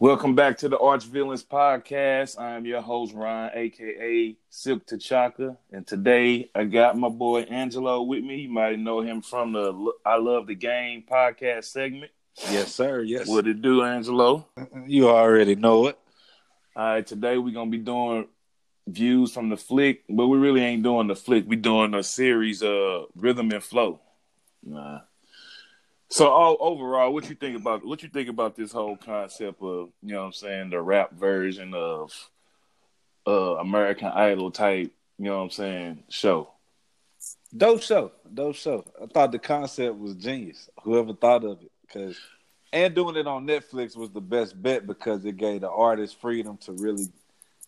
Welcome back to the Arch Villains Podcast. I am your host, Ryan, aka Silk T'Chaka. And today I got my boy Angelo with me. You might know him from the L- I Love the Game podcast segment. Yes, sir. Yes. What it do, Angelo? You already know it. All right, today we're gonna be doing views from the flick, but we really ain't doing the flick. we doing a series of rhythm and flow. Nah. So all, overall, what you think about what you think about this whole concept of you know what I'm saying the rap version of uh American Idol type you know what I'm saying show. Dope show. Dope show. I thought the concept was genius. Whoever thought of it, because and doing it on Netflix was the best bet because it gave the artist freedom to really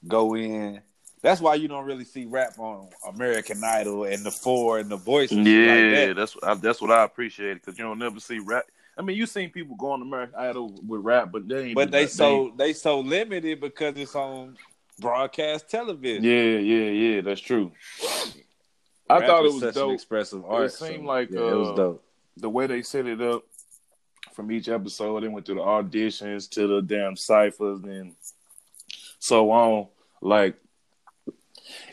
go in. That's why you don't really see rap on American Idol and the Four and the Voice. and shit like that. Yeah, that's what I, that's what I appreciate because you don't never see rap. I mean, you seen people go on American Idol with rap, but they ain't but do they that. so they so limited because it's on broadcast television. yeah, yeah, yeah. That's true. I Rap thought is it was such dope. An expressive art. seemed so, like, yeah, it uh, was dope. the way they set it up from each episode, they went through the auditions to the damn ciphers and so on. Like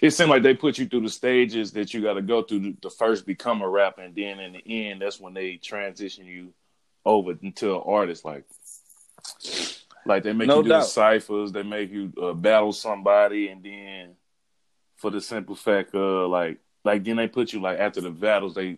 it seemed like they put you through the stages that you got to go through to, to first become a rapper, and then in the end, that's when they transition you over into an artist. Like, like they make No you do the doubt. ciphers, they make you uh, battle somebody, and then for the simple fact, uh, like, like then they put you like after the battles, they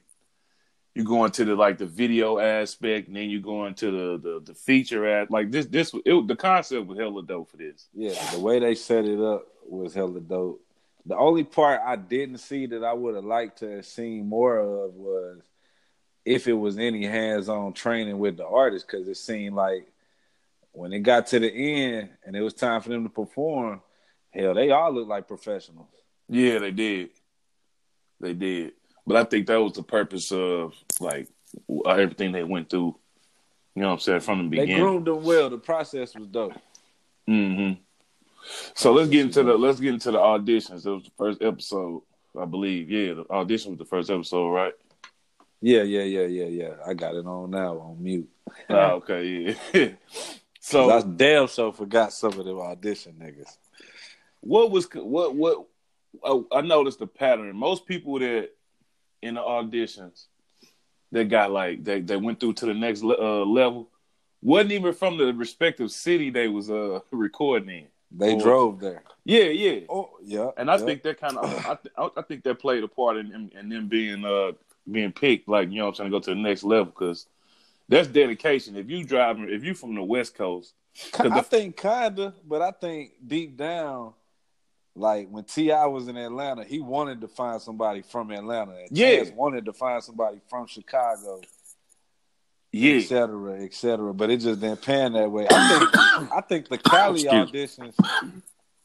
you go into the like the video aspect, and then you go into the the, the feature act. Like this, this it, the concept was hella dope for this. Yeah, the way they set it up was hella dope. The only part I didn't see that I would have liked to have seen more of was if it was any hands-on training with the artist, because it seemed like when it got to the end and it was time for them to perform, hell, they all looked like professionals. Yeah, they did. They did. But I think that was the purpose of like everything they went through. You know what I'm saying from the They beginning. groomed them well. The process was dope. hmm So let's get into the let's get into the auditions. It was the first episode, I believe. Yeah, the audition was the first episode, right? Yeah, yeah, yeah, yeah, yeah. I got it on now on mute. Ah, okay, yeah. so I damn so forgot some of them audition niggas. what was what what oh, I noticed the pattern. Most people that in the auditions that got like they they went through to the next le- uh, level wasn't even from the respective city they was uh recording in. They Oh. drove there. Yeah, yeah. Oh, yeah. And I yeah. think that kind of I, th- I- I think that played a part in, in in them being uh being picked like you know what I'm saying to go to the next level because that's dedication. If you driving if you from the West Coast, Ki- 'Cause I the- think kinda, but I think deep down, like when Ti was in Atlanta, he wanted to find somebody from Atlanta. And Yeah. Chance wanted to find somebody from Chicago, yeah, et cetera, et cetera. But it just didn't pan that way. I think I think the Cali Excuse auditions,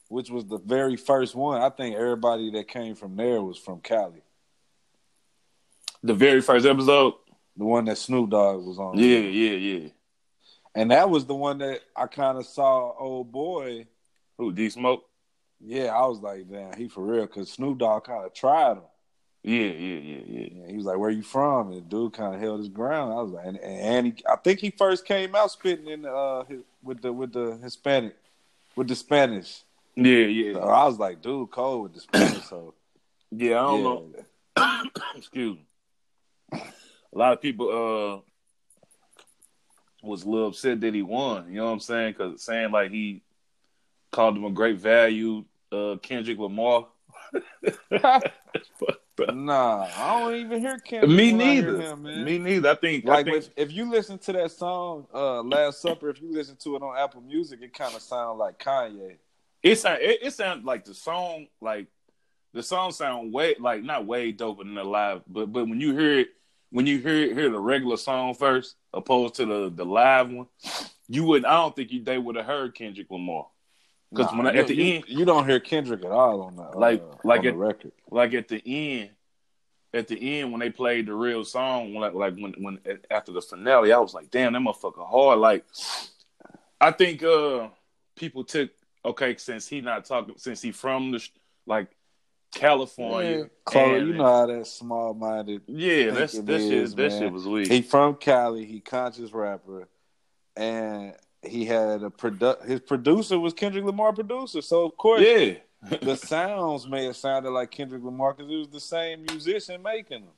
which was the very first one, I think everybody that came from there was from Cali. the very first episode. The one that Snoop Dogg was on. Yeah, yeah, yeah. And that was the one that I kind of saw old boy. Who D Smoke? Yeah, I was like, damn, he for real. Because Snoop Dogg kind of tried him. Yeah, yeah, yeah, yeah. Yeah, he was like, "Where you from?" And the dude kind of held his ground. I was like, and, and he, I think he first came out spitting in uh his, with the with the Hispanic, with the Spanish. Yeah, yeah, So I was like, dude, cold with the Spanish. So yeah. I don't yeah. know. Excuse me. A lot of people uh was a little upset that he won. You know what I'm saying? Because saying like he called him a great value, uh Kendrick Lamar. nah, I don't even hear Kendrick. Me when I hear neither. him, man. Me neither. I think. like I think if, if you listen to that song, uh, Last Supper, if you listen to it on Apple Music, it kind of sounds like Kanye. it sound it, it sound like the song like the song sound way like not way doper than the live, but but when you hear it when you hear hear the regular song first opposed to the the live one, you wouldn't. I don't think you, they would have heard Kendrick Lamar because Nah, when I, you- at the you- end, you don't hear Kendrick at all on the uh, Like- like on the it- record. like at the end, at the end when they played the real song, like like when when after the finale, I was like, damn, that motherfucker hard. Like, I think uh people took okay since he not talking since he from the sh- like California, Yeah, Chloe, and- you know how that small minded yeah, that's think that it shit is, that man. shit was weak. He from Cali. He conscious rapper, and he had a produ- his producer was Kendrick Lamar producer, so of course Yeah. the sounds may have sounded like Kendrick Lamar because it was the same musician making them.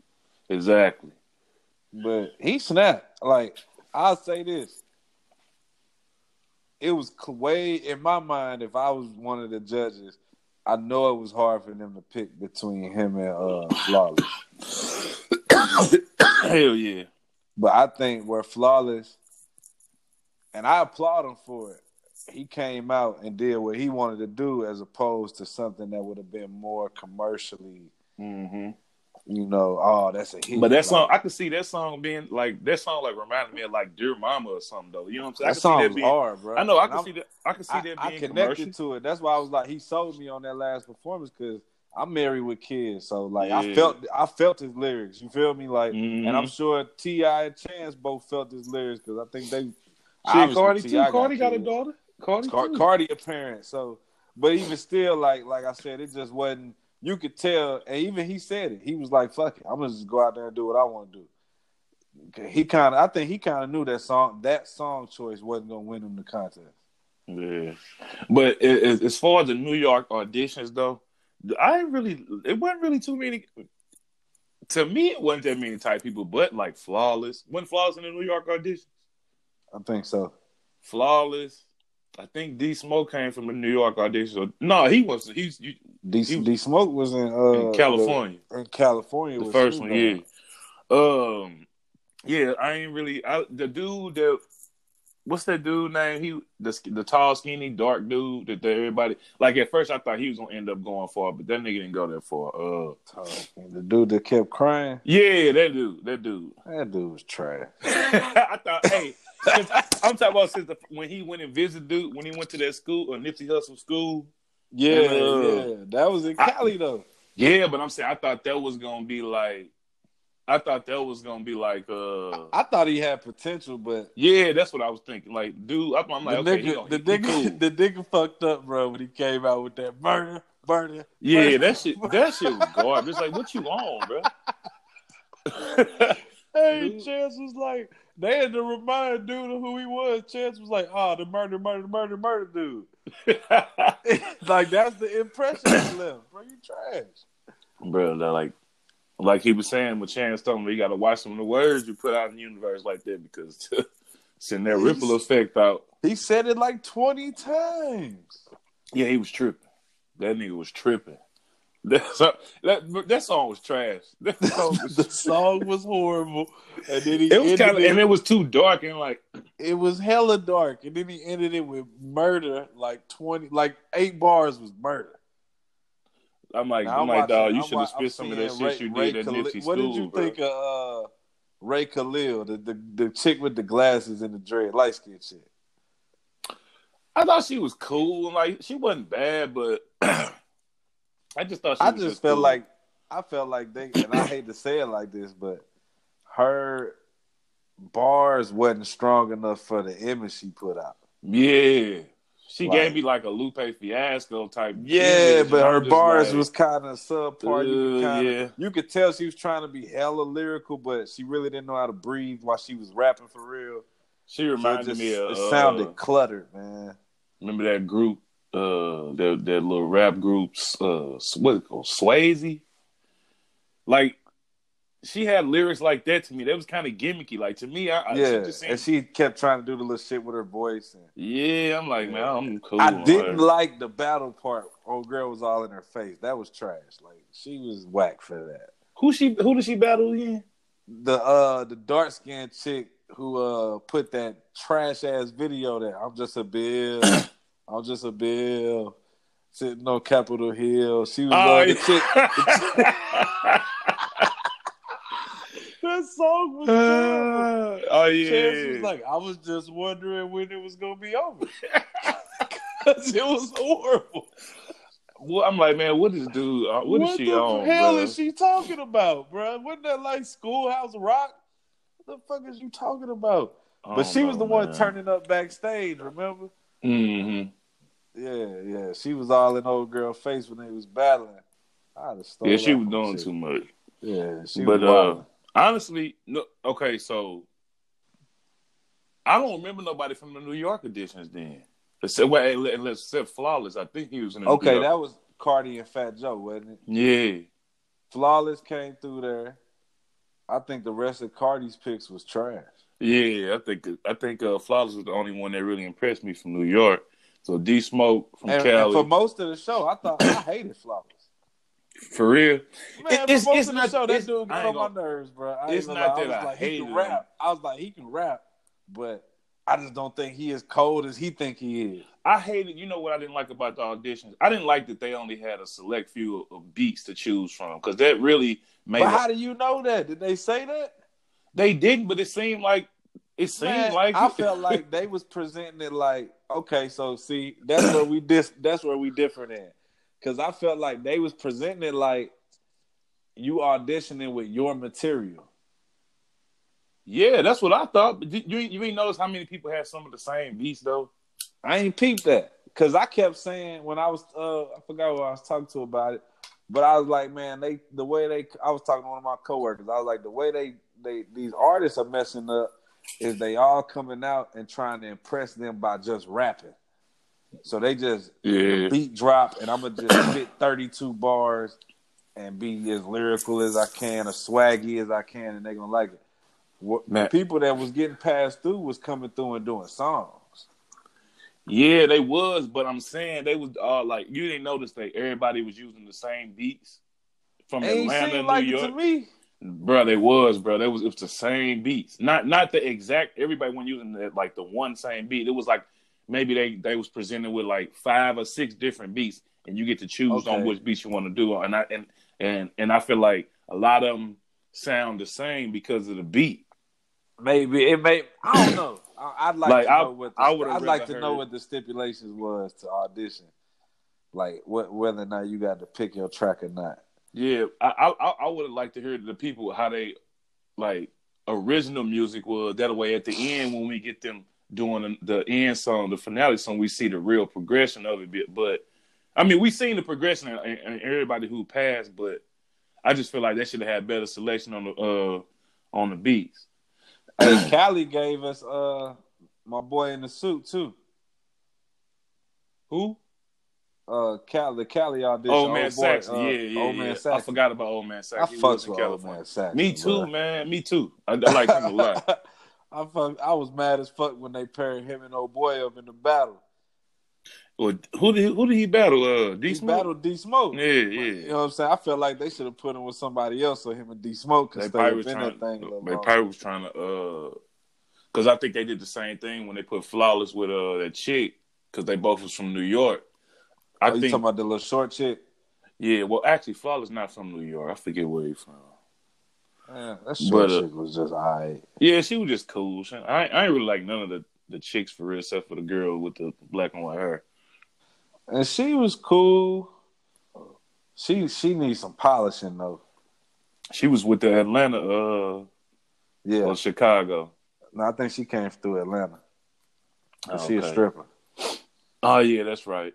Exactly. But he snapped. Like I'll say this, it was c- way in my mind. If I was one of the judges, I know it was hard for them to pick between him and uh, Flawless. Hell yeah. But I think we're flawless, and I applaud him for it. He came out and did what he wanted to do, as opposed to something that would have been more commercially. Mm-hmm. You know, oh, that's a hit. But that Like, song, I could see that song being like that song, like reminded me of like Dear Mama or something though. You know what I'm saying? I That could song see was that being, hard, bro. I know. I And can I'm- see that. I can see I, that I being commercial. connected to it. That's why I was like, he sold me on that last performance because I'm married with kids, so like I Yeah. felt, I felt his lyrics. You feel me? Like, Mhm. and I'm sure Ti and Chance both felt his lyrics because I think they. Shit, obviously Cardi T.I. too. Cardi got a kids. daughter. Cardi. Car- too. Cardi a parent, so but even still, like like I said, it just wasn't. You could tell, and even he said it. He was like, "Fuck it, I'm gonna just go out there and do what I want to do." He kind of, I think he kind of knew that song that song choice wasn't gonna win him the contest. Yeah, but a- a- as far as the New York auditions though, I ain't really it wasn't really too many. To me, it wasn't that many type people, but like flawless. Wasn't flawless in the New York audition? I think so. Flawless. I think D Smoke came from the New York audition. Or- No, he was he's you- D, He- D Smoke was in, uh, in California. the- in California, The with first Snoop one, Dogg. yeah. Um, yeah, I ain't really. I, the dude that, what's that dude name? He the sk- the tall, skinny, dark dude that, that everybody like. At first, I thought he was gonna end up going far, but that nigga didn't go that far. Uh, Oh, and the dude that kept crying. yeah, that dude, that dude. That dude was trash. I thought, hey, 'cause I'm talking about since the, when he went and visited dude when he went to that school or Nipsey Hussle school. Yeah, uh, yeah, that was in I- Cali though. Yeah, but I'm saying I thought that was gonna be like, I thought that was gonna be like, uh, I thought he had potential, but yeah, that's what I was thinking. Like, dude, I'm, I'm like, the okay, he nigga, gonna- the he nigga, cool. the nigga fucked up, bro, when he came out with that murder, murder. Yeah, murder. that shit, that shit was garbage. Like, what you on, bro? Hey, Dude. Chance was like, they had to remind dude of who he was. Chance was like, oh, the murder, murder, murder, murder dude. like that's the impression he left, bro. You trash. bro, that, like, like he was saying, with Chance told me you got to watch some of the words you put out in the universe like that because send that ripple effect out. He said it like twenty times. Yeah, he was tripping. That nigga was tripping. That song, that, that song was trash. That song was, the song was horrible, and then he it was ended kind of, it, and it was too dark and like, it was hella dark, and then he ended it with murder, like twenty, like eight bars was murder. I'm like, Now, I'm like, watching- dog, you I'm should wa- have I'm spit some of that seeing shit you Ray- did at Ray Nipsey Khali- What School, did you bro. think of uh, Ray Khalil, the, the the chick with the glasses and the dread, light skin shit? I thought she was cool. Like she wasn't bad, but I just thought she I was just cool. felt like I felt like they, and I hate to say it like this, but her bars wasn't strong enough for the image she put out. yeah, she Like- gave me like a Lupe Fiasco type. Yeah, image, but and her I'm just bars like, was kind of subpar. you, could uh, kinda, yeah, you could tell she was trying to be hella lyrical, but she really didn't know how to breathe while she was rapping for real. she So reminded just- me of it uh, sounded cluttered, man. Remember that group, uh, that that little rap group, uh, what it called, Swayze? Like she had lyrics like that to me. That was kind of gimmicky. Like to me, I, I Uh, she yeah, just seemed- and she kept trying to do the little shit with her voice. And yeah, I'm like, man, I'm cool. I on didn't her. like the battle part. Old girl was all in her face. That was trash. Like she was whack for that. Who she? Who did she battle again? The uh the dark skinned chick who uh put that trash ass video that I'm just a bill, I'm just a bill, sitting on Capitol Hill. She was Oh, uh, the chick. That song was terrible. oh yeah. Chance was like, I was just wondering when it was gonna be over. Cause it was horrible. well, I'm like, man, what is dude? uh, What is she the on? hell bro? is she talking about, bro? Wasn't that like Schoolhouse Rock? What the fuck is you talking about? I But don't she was know, the one man. turning up backstage, remember? Mhm. Yeah, yeah. She was all in old girl face when they was battling. I'd have Yeah, she was doing too much. Yeah, she but was uh, wildin'. honestly, no. Okay, so I don't remember nobody from the New York editions then. Except, well, except Flawless. I think he was in the New Okay, York. that was Cardi and Fat Joe, wasn't it? Yeah. Flawless came through there. I think the rest of Cardi's picks was trash. Yeah, I think I think uh, Flawless was the only one that really impressed me from New York. So D Smoke from And, and Cali, for for, most of the show, I thought I hated Flawless. real. Man, It- it's- for most it's of not- the show, that it's- dude I ain't got on my gonna- nerves, bro. I ain't it's gonna not lie. that I was like, he hate can him. rap. I was like, he can rap, but I just don't think he as cold as he think he is. I hated. You know what I didn't like about the auditions? I didn't like that they only had a select few of beats to choose from because that really made. But it- how do you know that? Did they say that? they didn't, but it seemed like it seemed Man, like I felt like they was presenting it like, okay, so see, that's where we dis that's where we different in. Cause I felt like they was presenting it like you auditioning with your material. yeah, that's what I thought. But did- you ain't- you ain't notice how many people had some of the same beats though. I ain't peeped that. Cause I kept saying when I was uh I forgot what I was talking to about it, but I was like, man, they the way they I was talking to one of my coworkers, I was like, the way they they these artists are messing up is they all coming out and trying to impress them by just rapping. So they just Yeah, beat drop and I'm gonna just fit 32 bars and be as lyrical as I can, as swaggy as I can, and they're gonna like it. What, Man. people that was getting passed through was coming through and doing songs. yeah, they was, but I'm saying they was all like you didn't notice that everybody was using the same beats from Ain't Atlanta, seem New like it York. to me. Bro, they was, bro. That was it was the same beats. Not not the exact everybody wasn't using the, like the one same beat. It was like maybe they they was presented with like five or six different beats and you get to choose Okay. on which beats you want to do and I and and and I feel like a lot of them sound the same because of the beat. Maybe it may. I don't know. I, I'd like, Like, to I- know what the, I I would've would. I'd like rather to know heard- what the stipulations was to audition, like what whether or not you got to pick your track or not. Yeah, I I I would have liked to hear the people how they like original music was. That way, at the end when we get them doing the, the end song, the finale song, we see the real progression of it. Bit, but I mean, we seen the progression and, and everybody who passed, but I just feel like they should have had better selection on the uh on the beats. Hey, Callie gave us uh my boy in the suit too. Who? uh Cal the Cali audition. Old Man old boy, Saxon. uh, yeah, yeah, Old Man yeah. Saxon. I forgot about Old Man Saxon. I He fucked lives in with Old Man California. Saxon. Me too, bro. man. Me too. I, I like him a lot. I fuck, I was mad as fuck when they paired him and old boy up in the battle. Well, who did who did he battle? Uh, D He Smoke. battled D Smoke. Yeah, You yeah. know what I'm saying? I felt like they should have put him with somebody else so him and D Smoke could They stay probably, up was in trying, that thing a little they longer. probably was trying to, uh, because I think they did the same thing when they put Flawless with uh that chick, because they both was from New York. I oh, you think, talking about the little short chick? yeah. Well, actually, Flawless not from New York. I forget where he from. Yeah, that short But, uh, chick was just alright. Yeah, she was just cool. She- I I ain't really like none of the the chicks for real, except for the girl with the black and white hair. And she was cool. She she needs some polishing though. She was with the Atlanta, uh, Yeah. or Chicago. No, I think she came through Atlanta. Oh, She a okay. stripper. Oh yeah, that's right.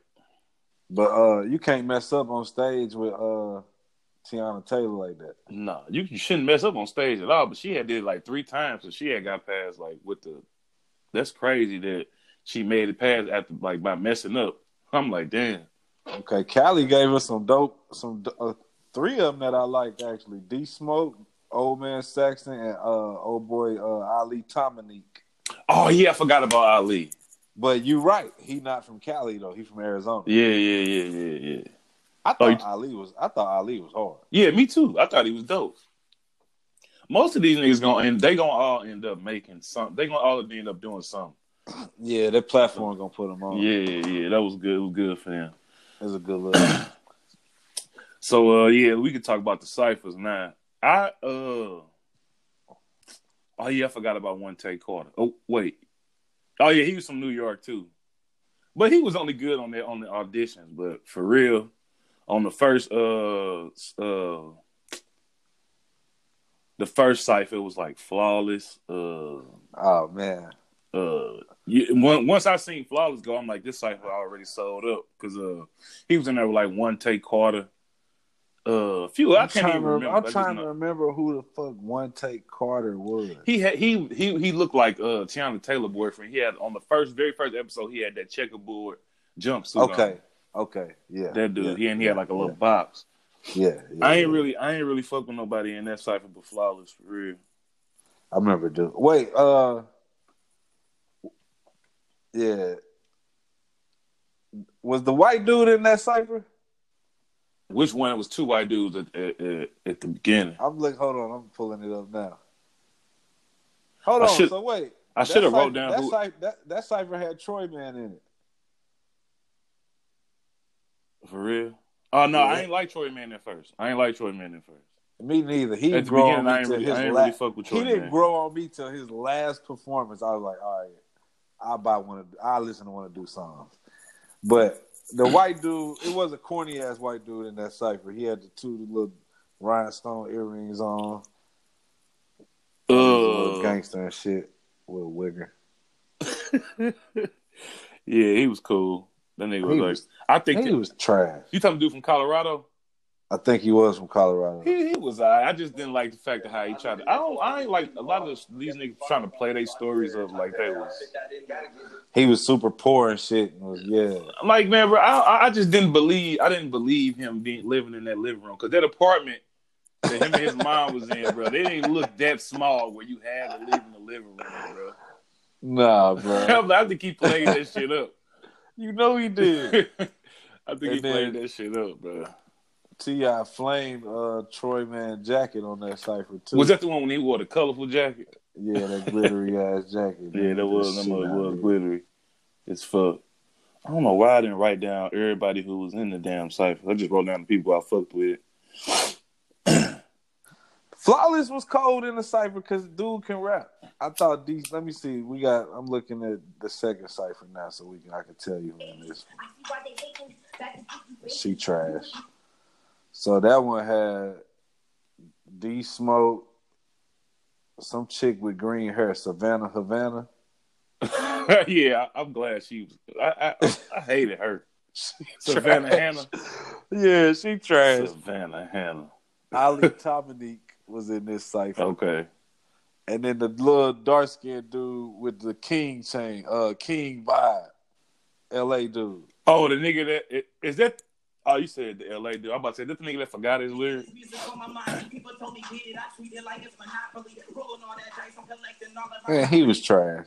But uh, you can't mess up on stage with uh, Tiana Taylor like that. No, you, you shouldn't mess up on stage at all. But she had did it like three times, so she had got past like with the. That's crazy that she made it past after like by messing up. I'm like, damn. Okay, Callie gave us some dope, some do- uh, three of them that I liked actually. D Smoke, Old Man Saxon, and uh, old boy uh, Ali Tominique. Oh yeah, I forgot about Ali. But you're right, he not from Cali though. He from Arizona. Yeah, yeah, yeah, yeah, yeah. I Oh, thought you- Ali was. I thought Ali was hard. Yeah, me too. I thought he was dope. Most of these niggas gonna and they gonna all end up making some. They gonna all end up doing something. Yeah, that platform gonna put him on. Yeah, yeah, yeah. That was good. It was good for them. it's a good look. So uh yeah, we could talk about the ciphers now. I uh oh yeah, I forgot about one Tay Carter. Oh wait. Oh yeah, he was from New York too. But he was only good on the on the auditions, but for real, on the first uh s- uh the first cipher it was like flawless. Uh oh man, uh you, on- once I seen Flawless go, I'm like, this cipher already sold up because uh he was in there with like one Tay Carter, Uh, few. I I'm can't even trying to- remember. I I'm just trying know- to remember who the fuck One Take Carter was. He had he he he looked like uh Tiana Taylor boyfriend. He had on the first very first episode he had that checkerboard jumpsuit. on. okay, okay, yeah. that dude. yeah, he and he yeah, had like a little box. Yeah, yeah, I ain't yeah. really I ain't really fuck with nobody in that cipher but flawless for real. I remember dude. Wait, uh Yeah. Was the white dude in that cipher? Which one? It was two white dudes at at, at, at the beginning. I'm like hold on, I'm pulling it up now. Hold I on, should- so wait. I should have wrote down that who. Cipher, that, that cipher had Troy Man in it. For real? Oh no, I Yeah. ain't like Troy Man at first. I ain't like Troy Man at first. Me neither. He At the grew on beginning, I me ain't till really- his I ain't la- really fuck with He Troy didn't Man. grow on me till his last performance. I was like, all right, I buy one of, I listen to one of do songs. But the white dude, it was a corny ass white dude in that cipher. He had the two little rhinestone earrings on, He was a little Uh, gangster and shit with a wigger. yeah, he was cool. That nigga was He like, was- I I think think that- he was trash. you talking dude from Colorado. I think he was from Colorado. He, he was all right. I just didn't like the fact of how he tried to. I don't. I ain't like a lot of these niggas trying to play their stories of like they was. He was super poor and shit. And was, yeah, I'm Like man, bro, I- I I just didn't believe. I didn't believe him being living in that living room because that apartment that him and his mom was in, bro, they didn't look that small where you had to live in the living room, bro. nah, bro. I'm like, I have to keep playing that shit up. you know he did. I think he And played then- that shit up, bro. Ti flame uh, Troy Man jacket on that cipher too. Was that the one when he wore the colorful jacket? Yeah, that glittery ass jacket. Yeah, that was that Shit mother out was here. glittery. It's fuck. I don't know why I didn't write down everybody who was in the damn cipher. I just wrote down the people I fucked with. Flawless was cold in the cipher because dude can rap. I thought these. Let me see. We got. I'm looking at the second cipher now, so we can. I can tell you who in this. She trash. So that one had D Smoke, some chick with green hair, Savannah Havana. yeah, I, I'm glad she was. I I, I hated her. Savannah Trash. Hannah. Yeah, she trash. Savannah Hannah. Ali Dominique was in this cipher. Okay. And then the little dark skinned dude with the king chain, uh, king vibe, L.A. dude. Oh, the nigga that i- is that. Oh, you said the LA dude. I'm about to say that the nigga that forgot his lyrics. Man, he was trash.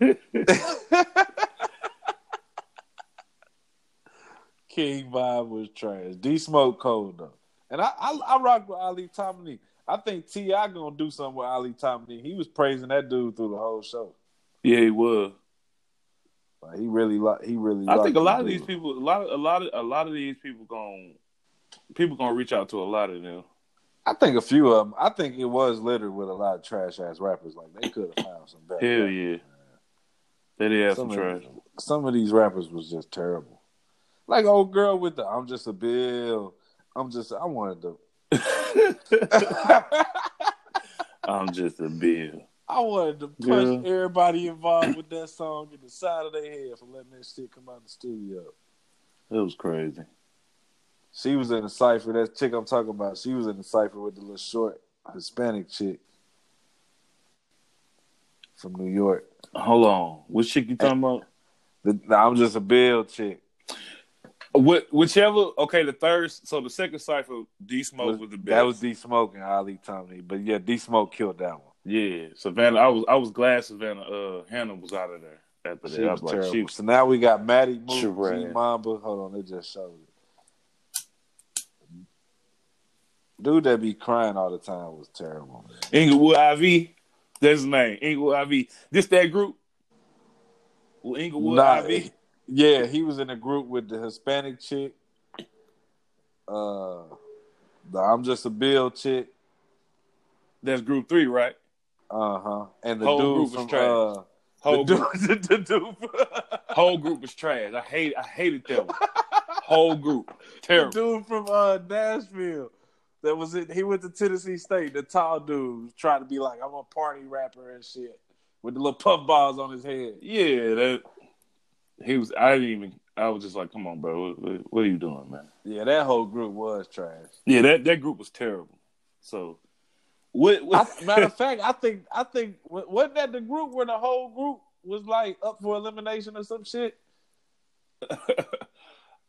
king vibe was trash. D Smoke cold though, and I, I I rock with Ali Tomney. I think Ti gonna do something with Ali Tomney. He was praising that dude through the whole show. Yeah, he was. Like he really like he really. I rocked think a the lot of these dude. people, a lot, of, a lot of, a lot of these people going people gonna reach out to a lot of them. I think a few of them. I think it was littered with a lot of trash ass rappers. Like they could have found some better. Hell yeah, they did have some Some of, trash. some of these rappers was just terrible. Like old girl with the I'm just a bill. I'm just I wanted to I'm just a bill. I wanted to punch Yeah. everybody involved with that song in the side of their head for letting that shit come out the studio. That was crazy. She was in the cipher. That chick I'm talking about. She was in the cipher with the little short Hispanic chick from New York. Hold on, what shit you talking about? The, the I'm just a bill chick. What, whichever. Okay, the third. So the second cipher, D Smoke was the best. That was D Smoke and Ali Tomney. But yeah, D Smoke killed that one. yeah, Savannah. I was I was glad Savannah uh, Hannah was out of there after that. She I was was like, terrible. she was so now we got Maddie Moore, Trash. G Mamba. Hold on, they just showed it. Dude that be crying all the time was terrible. man. Inglewood IV. That's his name, Inglewood IV. This that group. Well, Inglewood Nah, IV. Yeah, he was in a group with the Hispanic chick. Uh the I'm just a Bill chick. That's group three, right? Uh huh. And the Whole dude group was from trash. uh, Whole the group, dude, the dude, whole group was trash. I hate I hated that one. Whole group the terrible. dude from uh Nashville that was in he went to Tennessee State, the tall dude tried to be like, I'm a party rapper and shit. With the little puff balls on his head. Yeah, that he was. I didn't even. I was just like, come on, bro, what, what, what are you doing, man? Yeah, that whole group was trash. Yeah, that, that group was terrible. So, what? I, what matter of fact, I think I think wa- wasn't that the group where the whole group was like up for elimination or some shit. I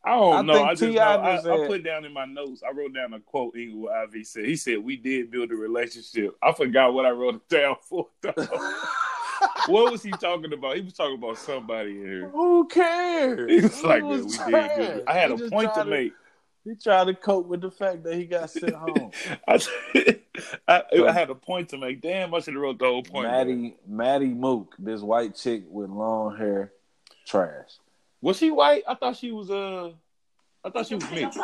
don't I know. think I just T.I. know. I, was I at- put down in my notes. I wrote down a quote Eagle Ivy said. He said, "We did build a relationship." I forgot what I wrote it down for. Though. what was he talking about? He was talking about somebody in here. Who cares? He was like, It "Man, was we did trash. build." I had He a just point to tried make. He tried to cope with the fact that he got sent home. I, I, I had a point to make. Damn, I should have wrote the whole point. down. Maddie Maddie Mook, this white chick with long hair, trash. Was she white? I thought she was. Uh, I thought she was mixed.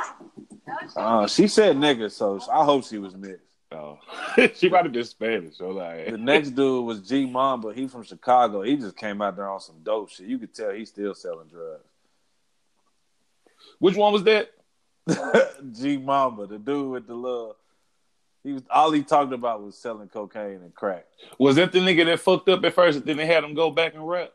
Uh, she said nigga, so I hope she was mixed. Oh, she might have been Spanish. So like, The next dude was G Mamba. He from Chicago. He just came out there on some dope shit. You could tell he's still selling drugs. which one was that? G Mamba, the dude with the little, he was all he talked about was selling cocaine and crack. Was that the nigga that fucked up at first? And then they had him go back and rap.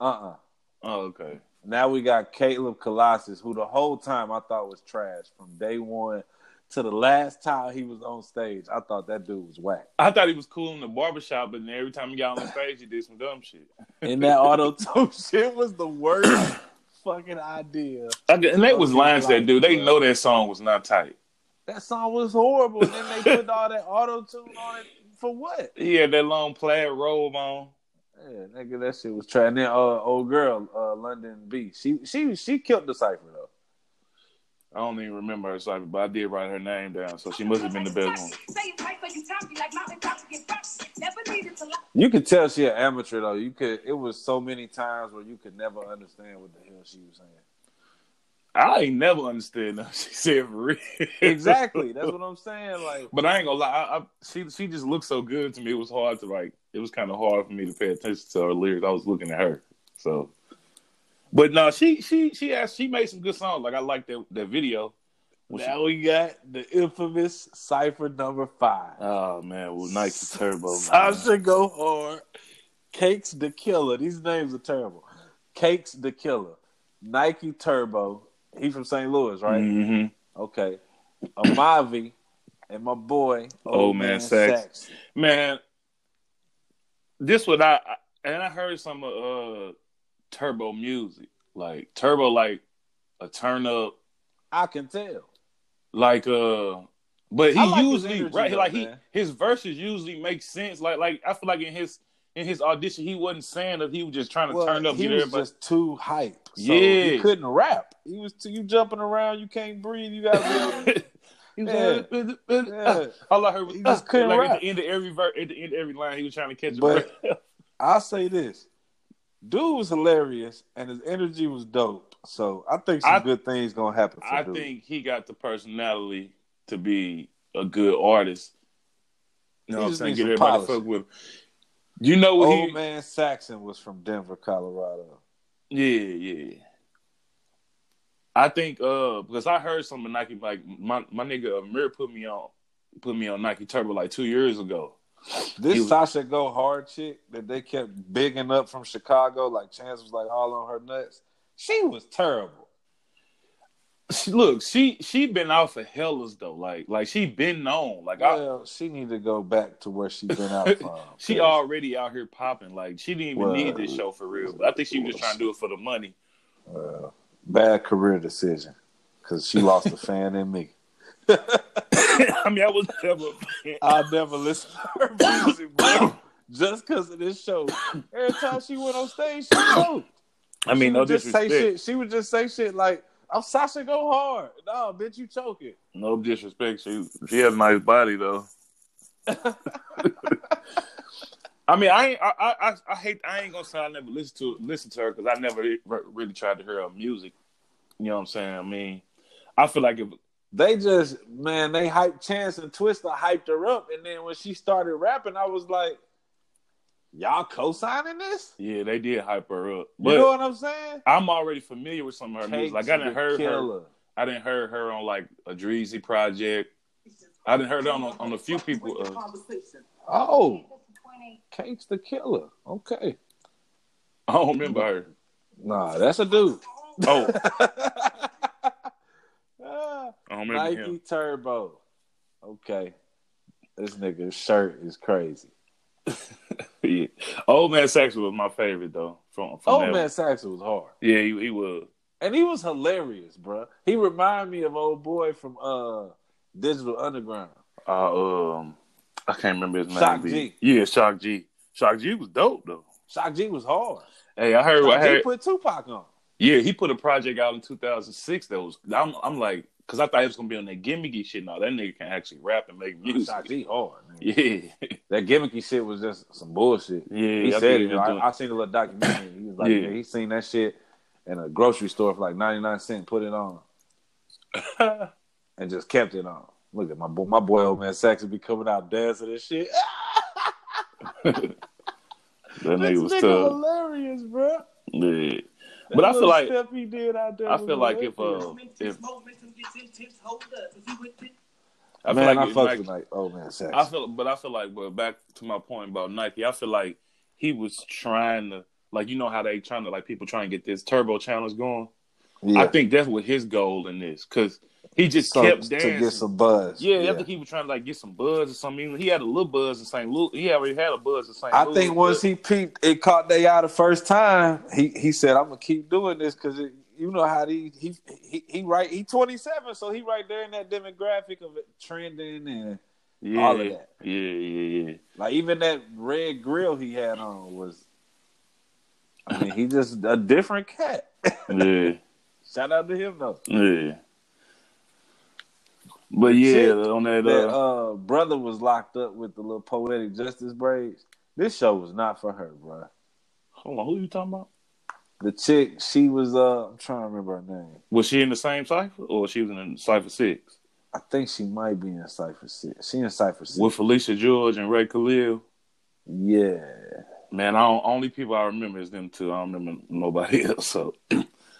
Uh uh Oh, okay. Now we got Caleb Colossus, who the whole time I thought was trash from day one to the last time he was on stage. I thought that dude was whack. I thought he was cool in the barbershop, but then every time he got on the stage, he did some dumb shit. And that auto tune shit was the worst fucking idea. I could- and they was Okay, lines like, that dude. They uh, know that song was not tight. That song was horrible. And then they put all that auto tune on it for what? He had that long plaid robe on. Yeah, nigga, that shit was trash. And then uh, old girl, uh, London B, she she she killed the cipher though. I don't even remember her song, but I did write her name down, so she must have been the best one. You could tell she an amateur though. You could. It was so many times where you could never understand what the hell she was saying. I ain't never understood nothing she said for real. Exactly. That's what I'm saying. Like, But I ain't gonna lie, I, I, she she just looked so good to me. It was hard to like. It was kind of hard for me to pay attention to her lyrics. I was looking at her, so. But no, she she she asked. She made some good songs. Like I like that that video. When she- now we got the infamous cipher number five. oh man, with Nike Turbo. man. Sasha go hard. Cakes the killer. These names are terrible. Cakes the killer. Nike Turbo. He from St. Louis, right? Mhm. Okay. Amavi and my boy. Old Man Sax. Man, this what I I- and I heard some uh Turbo music like Turbo like a turn up I can tell. like uh but he I like his usually energy, right though, like he man. his verses usually make sense like like i feel like in his in his audition he wasn't saying that he was just trying to Well, turn up he get was everybody just too hype. So Yeah. He couldn't rap. He was too, you jumping around. You can't breathe. You got to be. He Yeah. was, uh, uh, Yeah. all i heard was He just uh, couldn't like rap. at the end of every ver- at the end of every line he was trying to catch a But- breath. I'll say this. Dude was hilarious and his energy was dope. So I think some I- good things gonna happen for i dude. think he got the personality to be a good artist you know He what i'm just saying needs get some everybody to polish. fuck with him. you know what Old oh, he man Saxon was from Denver, Colorado. Yeah, yeah. I think uh because I heard some of Nike like my my nigga Amir put me on put me on Nike Turbo like two years ago. This He was- Sasha Go Hard chick that they kept bigging up from Chicago, like Chance was like all on her nuts. She was terrible. She, look, she she been out for hellas though. Like like she been known. Like I, Well, she need to go back to where she been out from. she already out here popping. Like she didn't even Well- need this show for real. But I think she was just trying to do it for the money. Well, bad career decision because she lost a fan in me. I mean, I was never. I'll never listen to her music, bro. Just because of this show. Every time she went on stage, she choked. I mean, she no would just say disrespect. shit. She would just say shit like, I'm Sasha Go Hard. No, bitch, you choking. No disrespect, she she had a nice body though. I mean, I ain't, I, I I- I hate I ain't gonna say I never listened to listen to her because I never re- really tried to hear her music. You know what I'm saying? I mean, I feel like if they just man, they hyped Chance and Twista hyped her up, and then when she started rapping, I was like, "Y'all co-signing this?" yeah, they did hype her up, you but know what I'm saying? I'm already familiar with some of her music. Like I didn't heard her, Killer. I didn't heard her on like a Dreezy project. I didn't heard it on on a few people. Uh, Oh, Kate's the killer. Okay, I don't remember her. nah, that's a dude. Oh, Ah, I don't remember Nike him. Turbo. Okay. This nigga's shirt is crazy. Yeah. Old Man Saxon was my favorite though. From, from Old that- man Saxon was hard. Yeah, he, he was. And he was hilarious, bruh. He reminded me of old boy from uh Digital Underground. Uh, um, I can't remember his name. Shock but- G. Yeah, Shock G. Shock G was dope though. Shock G was hard. Hey, I heard. I Shock G heard put Tupac on. yeah, he put a project out in 2006 that was. I'm, I'm like, because I thought it was gonna be on that gimmicky shit. Now that nigga can actually rap and make music. Shock G hard. man. Yeah, That gimmicky shit was just some bullshit. yeah. He I said think it. been doing- I, I seen a little documentary. He was like, Yeah. yeah. he seen that shit in a grocery store for like ninety nine cent. Put it on and just kept it on. Look at my boy, my boy, old man Saxon be coming out dancing and shit. that nigga was Ah, this nigga tough. hilarious, bro. Yeah. But I feel like step he did out there. I was feel like if hilarious. uh if I I feel man, like I if fuck Nike- with like old man Saxon. I feel, but I feel like, but back to my point about Nike, I feel like he was trying to, like, you know how they trying to, like, people trying to get this turbo challenge going. yeah. I think that's what his goal in this, because he just So, kept to dancing. get some buzz. yeah, I think he was trying to like get some buzz or something. He had a little buzz in St. Louis. He already had a buzz in St. I Louis. think once he peeped, it caught they out the first time. He he said, "I'm gonna keep doing this because you know how he he he, he right he 27, so he right there in that demographic of it trending and but- yeah, all of that. yeah, yeah, yeah. like even that red grill he had on was. I mean, he just a different cat. yeah, Shout out to him though. yeah. But yeah, Shit. on that, That uh, uh, brother was locked up with the little poetic justice braids. This show was not for her, bro. hold on, who you talking about? The chick, she was uh, I'm trying to remember her name. Was she in the same cipher, or she was in cipher six? I think she might be in Cypher Six. She in Cypher Six. with Felicia George and Ray Khalil. Yeah. Man, I don't, only people I remember is them two. I don't remember nobody else. So,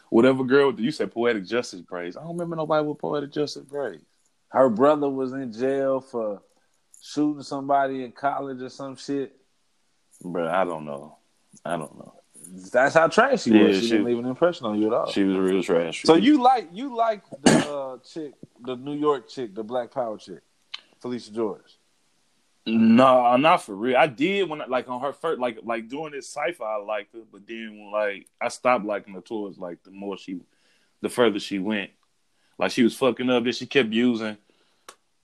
whatever girl you said, poetic justice braids. I don't remember nobody with poetic justice braids. Her brother was in jail for shooting somebody in college or some shit. Bruh, I don't know. I don't know. That's how trash she was. Yeah, She, she- didn't leave an impression on you at all. She was real trash. so you like you like the uh, chick, the New York chick, the Black Power chick, Felicia George. No, not for real. I did when I- like on her first like like doing this cipher I liked her, but then when like I stopped liking her towards like the more she the further she went. Like she was fucking up that she kept using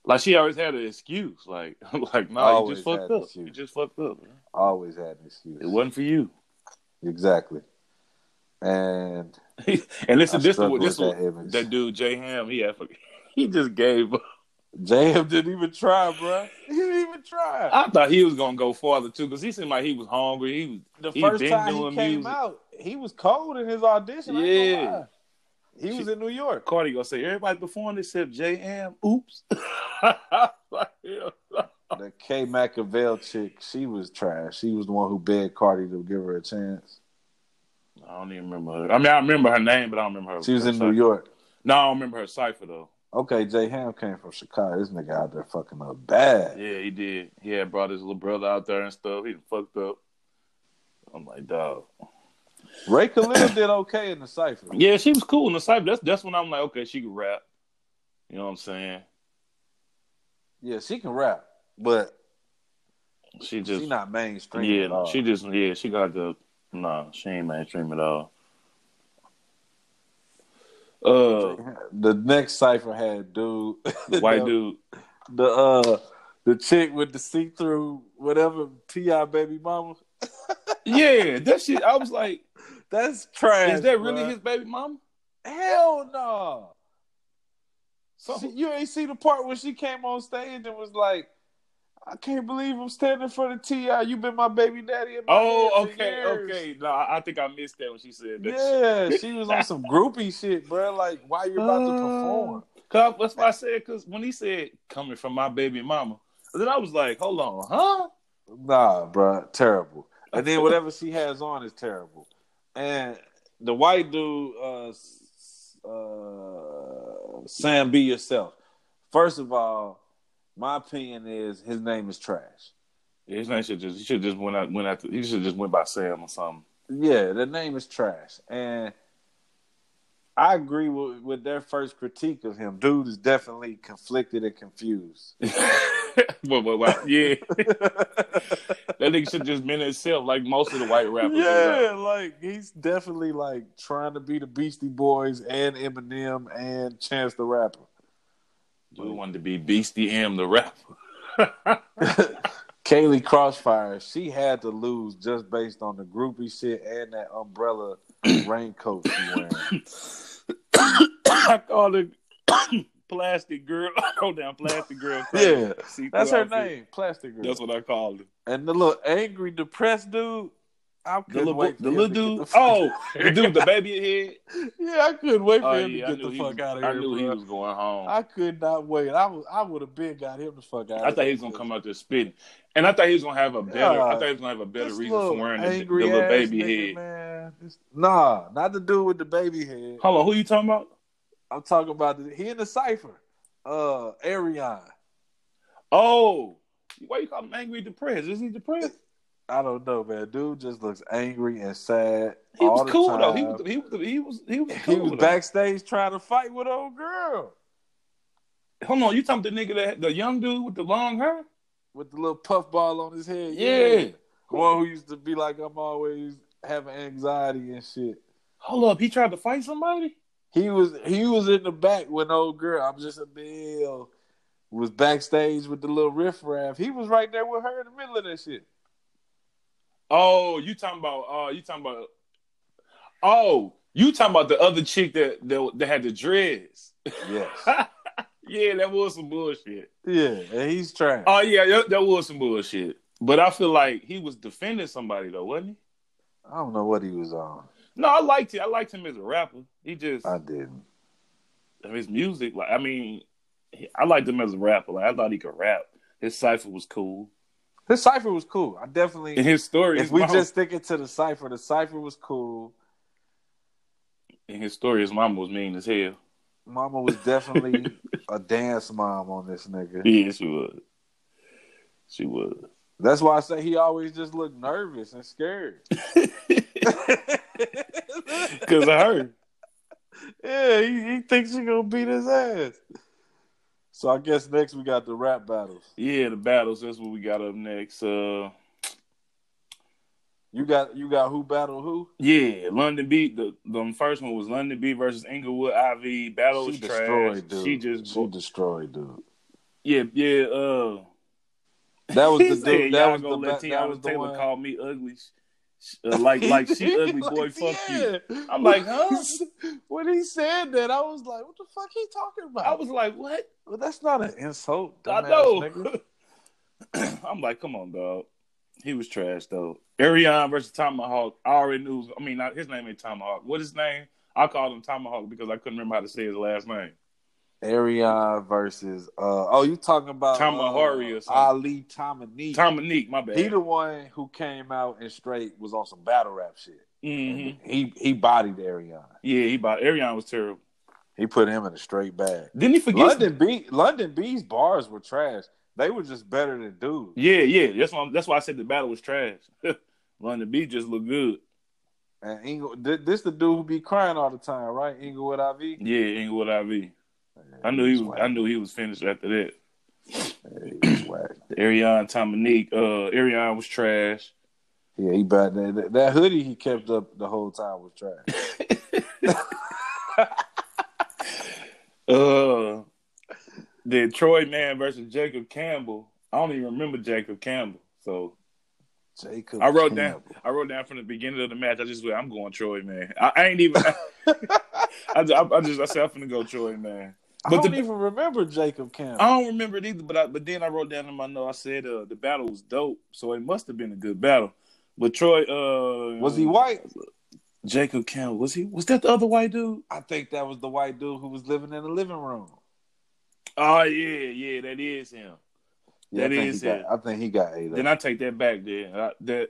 like she always had an excuse. Like like no, Always you just fucked had an up. You excuse. just fucked up. man. Always had an excuse. It wasn't for you. exactly. And and this I is this struggled is this with that, that image. that dude Jay Ham, he had, fuck- he just gave up. Jam didn't even try, bruh. He didn't even try. I thought he was gonna go farther too, because he seemed like he was hungry. He was the He first been time he doing came music. out, he was cold in his audition. Yeah, Yeah. he was She- in New York. Cardi gonna say everybody performed except J M. Oops. The K Machiavell chick, she was trash. She was the one who begged Cardi to give her a chance. I don't even remember her. I mean, I remember her name, but I don't remember her. She was her in cipher. New York. No, I don't remember her cipher though. Okay, Jay Ham came from Chicago. This nigga out there fucking up bad. Yeah, he did. He had brought his little brother out there and stuff. He done fucked up. I'm like, dog. Ray Khalil did okay in the cipher. Yeah, she was cool in the cipher. That's that's when I'm like, okay, she can rap. You know what I'm saying? Yeah, she can rap, but She just she not mainstream. yeah, at all. she just yeah, she got the no, she ain't mainstream at all. Uh, The next cipher had dude, the white the- dude. the uh, the chick with the see through whatever Ti baby mama. Yeah, that shit. I was like, That's trash. is that really bruh. his baby mama? Hell no. So- She- you ain't see the part when she came on stage and was like, "I can't believe I'm standing for the Ti. You been my baby daddy." In my Oh, head for okay, years." okay. No, I I think I missed that when she said that. shit. Yeah, she was on some groupie shit, bro. Like, why you about to Uh, perform? Cause I- that's why I said because when he said coming from my baby mama, then I was like, hold on, huh? Nah, bro, terrible. And then whatever she has on is terrible. And the white dude, uh, s- uh, Sam, be yourself. First of all, my opinion is his name is trash. Yeah, his name should just he should just went out went out. to- he should just went by Sam or something. Yeah, the name is trash, and I agree with, with their first critique of him. Dude is definitely conflicted and confused. Whoa, whoa, whoa. Yeah, that nigga should just been himself, like most of the white rappers. yeah, like he's definitely like trying to be the Beastie Boys and Eminem and Chance the Rapper. We wanted to be Beastie M the rapper. Kaylee Crossfire, she had to lose just based on the groupie shit and that umbrella raincoat she wearing. I call it Plastic Girl. Hold down, Plastic Girl. Yeah, See-through That's her outfit. name, Plastic Girl. That's what I called it. and the little angry, depressed dude. I The couldn't little, wait. for the him little to get dude. the fuck- oh, the dude, with the baby head. yeah, I couldn't wait for Oh, him yeah, to I get knew, the he, fuck out of here. I knew he bro. was going home. I, I could not wait. I was, I would have been got him the fuck out. thought he was gonna come out there spitting, and I thought he was gonna have a better. I Yeah. thought he was gonna have a better This reason for little wearing the, the angry little ass baby nigga, head. Man. This- Nah, not the dude with the baby head. Hold on, who you talking about? I'm talking about the, he in the cipher. Uh, Arion. Oh, why you call him angry depressed? Is he depressed? I don't know, man. Dude just looks angry and sad. He all was the cool time. though. He was he was he was he was, cool he was though. backstage trying to fight with old girl Hold on, you talking the nigga that the young dude with the long hair? with the little puff ball on his head. Yeah. The one who used to be like, I'm always having anxiety and shit. Hold up, he tried to fight somebody. He was he was in the back when old girl. I'm just a bill. Was backstage with the little riffraff. He was right there with her in the middle of that shit. Oh, you talking about? Oh, you talking about? Oh, you talking about the other chick that that, that had the dreads? Yes. yeah, that was some bullshit. yeah, and he's trying. Oh yeah, that, that was some bullshit. But I feel like he was defending somebody though, wasn't he? I don't know what he was on. No, I liked it. I liked him as a rapper. He just I didn't. his music, like I mean, he- I liked him as a rapper. Like I thought he could rap. His cipher was cool, His cipher was cool. I definitely. and his story. if is we my- just stick it to the cipher, the cipher was cool. In his story, his mama was mean as hell. Mama was definitely a dance mom on this nigga. Yeah, she was. She was. That's why I say he always just looked nervous and scared. Cause of her. Yeah, he, he thinks she gonna beat his ass. So I guess next we got the rap battles. Yeah, the battles. That's what we got up next. Uh, You got you got who battle who? yeah, London beat the the first one was London B versus Inglewood IV. Battle was trash. She just she destroyed dude. yeah yeah. Uh, That was he the said, "Y'all dude. That was gonna the let ba- that was Tiana the Taylor one. call me ugly, Sh- uh, like like she ugly boy. fuck you. you. I'm like, huh? When he said that, I was like, what the fuck he talking about? I was like, what? well, that's not an insult. I dumbass nigga. know. I'm like, come on, dog. He was trash though. Arion versus Tomahawk. I already knew. I mean, not, his name ain't Tomahawk. What his name? I called him Tomahawk because I couldn't remember how to say his last name. Arion versus uh oh, you talking about Tamahori uh, or something. Ali Tomani. Tomanique, my bad. He the one who came out and straight was on some battle rap shit. Mhm. He he bodied Arion. Yeah, he bought. Arion was terrible. He put him in a straight bag. Didn't he forget? London B London B's bars were trash. They were just better than dude. Yeah, yeah. That's why. That's why I said the battle was trash. London B just looked good. And Ingle, th- this the dude who be crying all the time, right? Inglewood IV. Yeah, Inglewood IV. I knew he was. I knew he was finished after that. knew he was whack. Arion Tomanique. Uh, Arion was trash. Yeah, he bad. That, that- that hoodie he kept up the whole time was trash. Uh, the Troy Man versus Jacob Campbell. I don't even remember Jacob Campbell. So Jacob. I wrote down. Campbell. I wrote down from the beginning of the match. I just went. I'm going Troy Man. I, I ain't even. I, ju- I, I just. I said I'm gonna go Troy Man. I But don't the- even remember Jacob Campbell. I don't remember it either. But I, but then I wrote down in my note. I said uh, the battle was dope. So it must have been a good battle. But Troy. Uh, Was he white? Jacob Campbell. Was he? Was that the other white dude? I think that was the white dude who was living in the living room. Oh yeah, yeah. That is him. Yeah, I That think he is got- it. I think he got eight. Then I take that back. Then I, that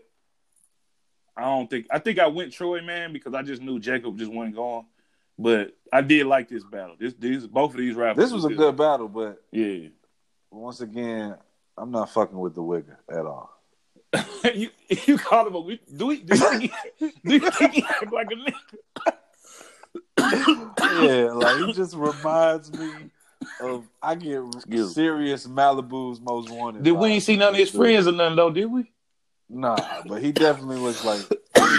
I don't think I think I went Troy man because I just knew Jacob just wasn't going. But I did like this battle. This these both of these rappers. this was a good battle, but Yeah, once again, I'm not fucking with the wigger at all. you you called him a we- do we do you think he, do you think he act like a nigga? yeah, like he just reminds me of I get Excuse serious Malibu's most wanted. Did we vibes. ain't see none of his friends or nothing though? Did we? Nah, but he definitely looks like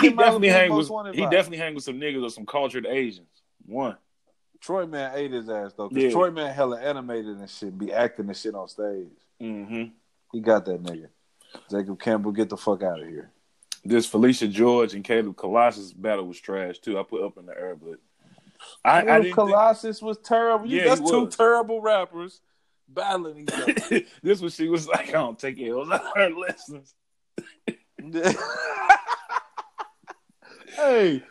he definitely Malibu's hang most with wanted he vibe. definitely hang with some niggas or some cultured Asians. One. Troy Man ate his ass though, because Yeah. Troy Man hella animated and shit, be acting and shit on stage. Mm-hmm. He got that nigga. Jacob Campbell, get the fuck out of here. This Felicia George and Caleb Colossus battle was trash too. I put up in the air, but I, I Caleb didn't. Colossus was terrible. You- Yeah, he that's two was. terrible rappers battling each other. think- this was she was like, I don't take L's. I learned lessons. hey,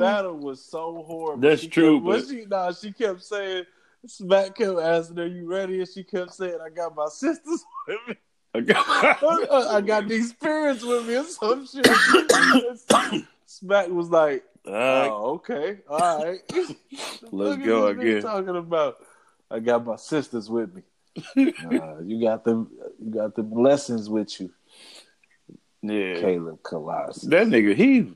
battle was so horrible. Uh, That's She true, Kept, was but- she? Nah, she kept saying. Smack kept asking, "Are you ready?" And she kept saying, "I got my sisters with me. I got, I got these parents with me, or some shit." Smack was like, Uh, "Oh, okay, all right." Let's go again. Talking about, I got my sisters with me. Nah, you got them. You got them lessons with you, yeah. Caleb Colossus. That nigga, he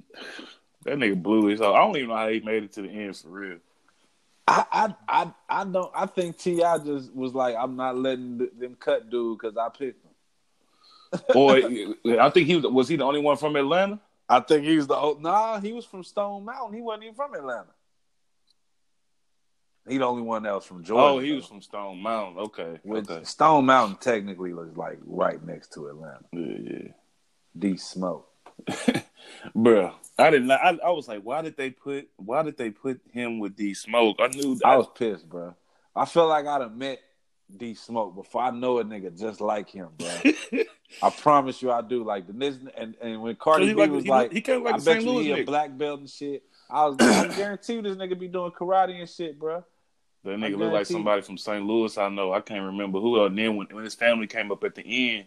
that nigga blew his. I don't even know how he made it to the end for real. I I I I don't. I think Ti just was like, I'm not letting th- them cut dude because I picked him. Or I think he was was he the only one from Atlanta? I think he was the old. Nah, he was from Stone Mountain. He wasn't even from Atlanta. He the only one that was from Georgia. Oh, he was though, from Stone Mountain. Okay, which okay. Stone Mountain technically was like right next to Atlanta. Yeah, yeah. D Smoke. Bruh, I didn't. I, I was like, why did they put? Why did they put him with D Smoke? I knew. I was pissed, bro. I felt like I'd have met D Smoke before I know a nigga just like him, bro. I promise you, I do. Like the this and, and when Cardi he B like- was he- like, he came like I the bet St. you Louis he a nigga. black belt and shit. I was, I guarantee you, this nigga be doing karate and shit, bro. that I nigga looked like guarantee- somebody from St. Louis. I know. I can't remember who. And then when, when his family came up at the end,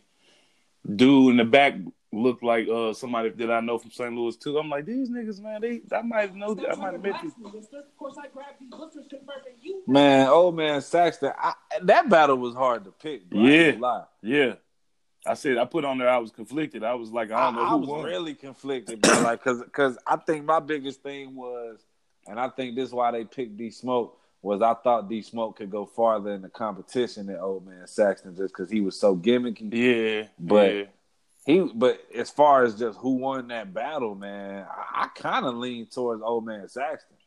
dude in the back looked like uh somebody that I know from St. Louis too. I'm like, these niggas, man. They, I might know. I might have met you. Man, old man Saxton, I, that battle was hard to pick. Bro. I ain't Yeah. gonna lie. Yeah. I said I put on there I was conflicted. I was like, I, I don't know I who was won. really conflicted, bro. Like, cause, cause I think my biggest thing was, and I think this is why they picked D Smoke was I thought D Smoke could go farther in the competition than old man Saxton just because he was so gimmicky. Yeah. But- yeah. He, but as far as just who won that battle, man, I, I kind of lean towards old man Saxton.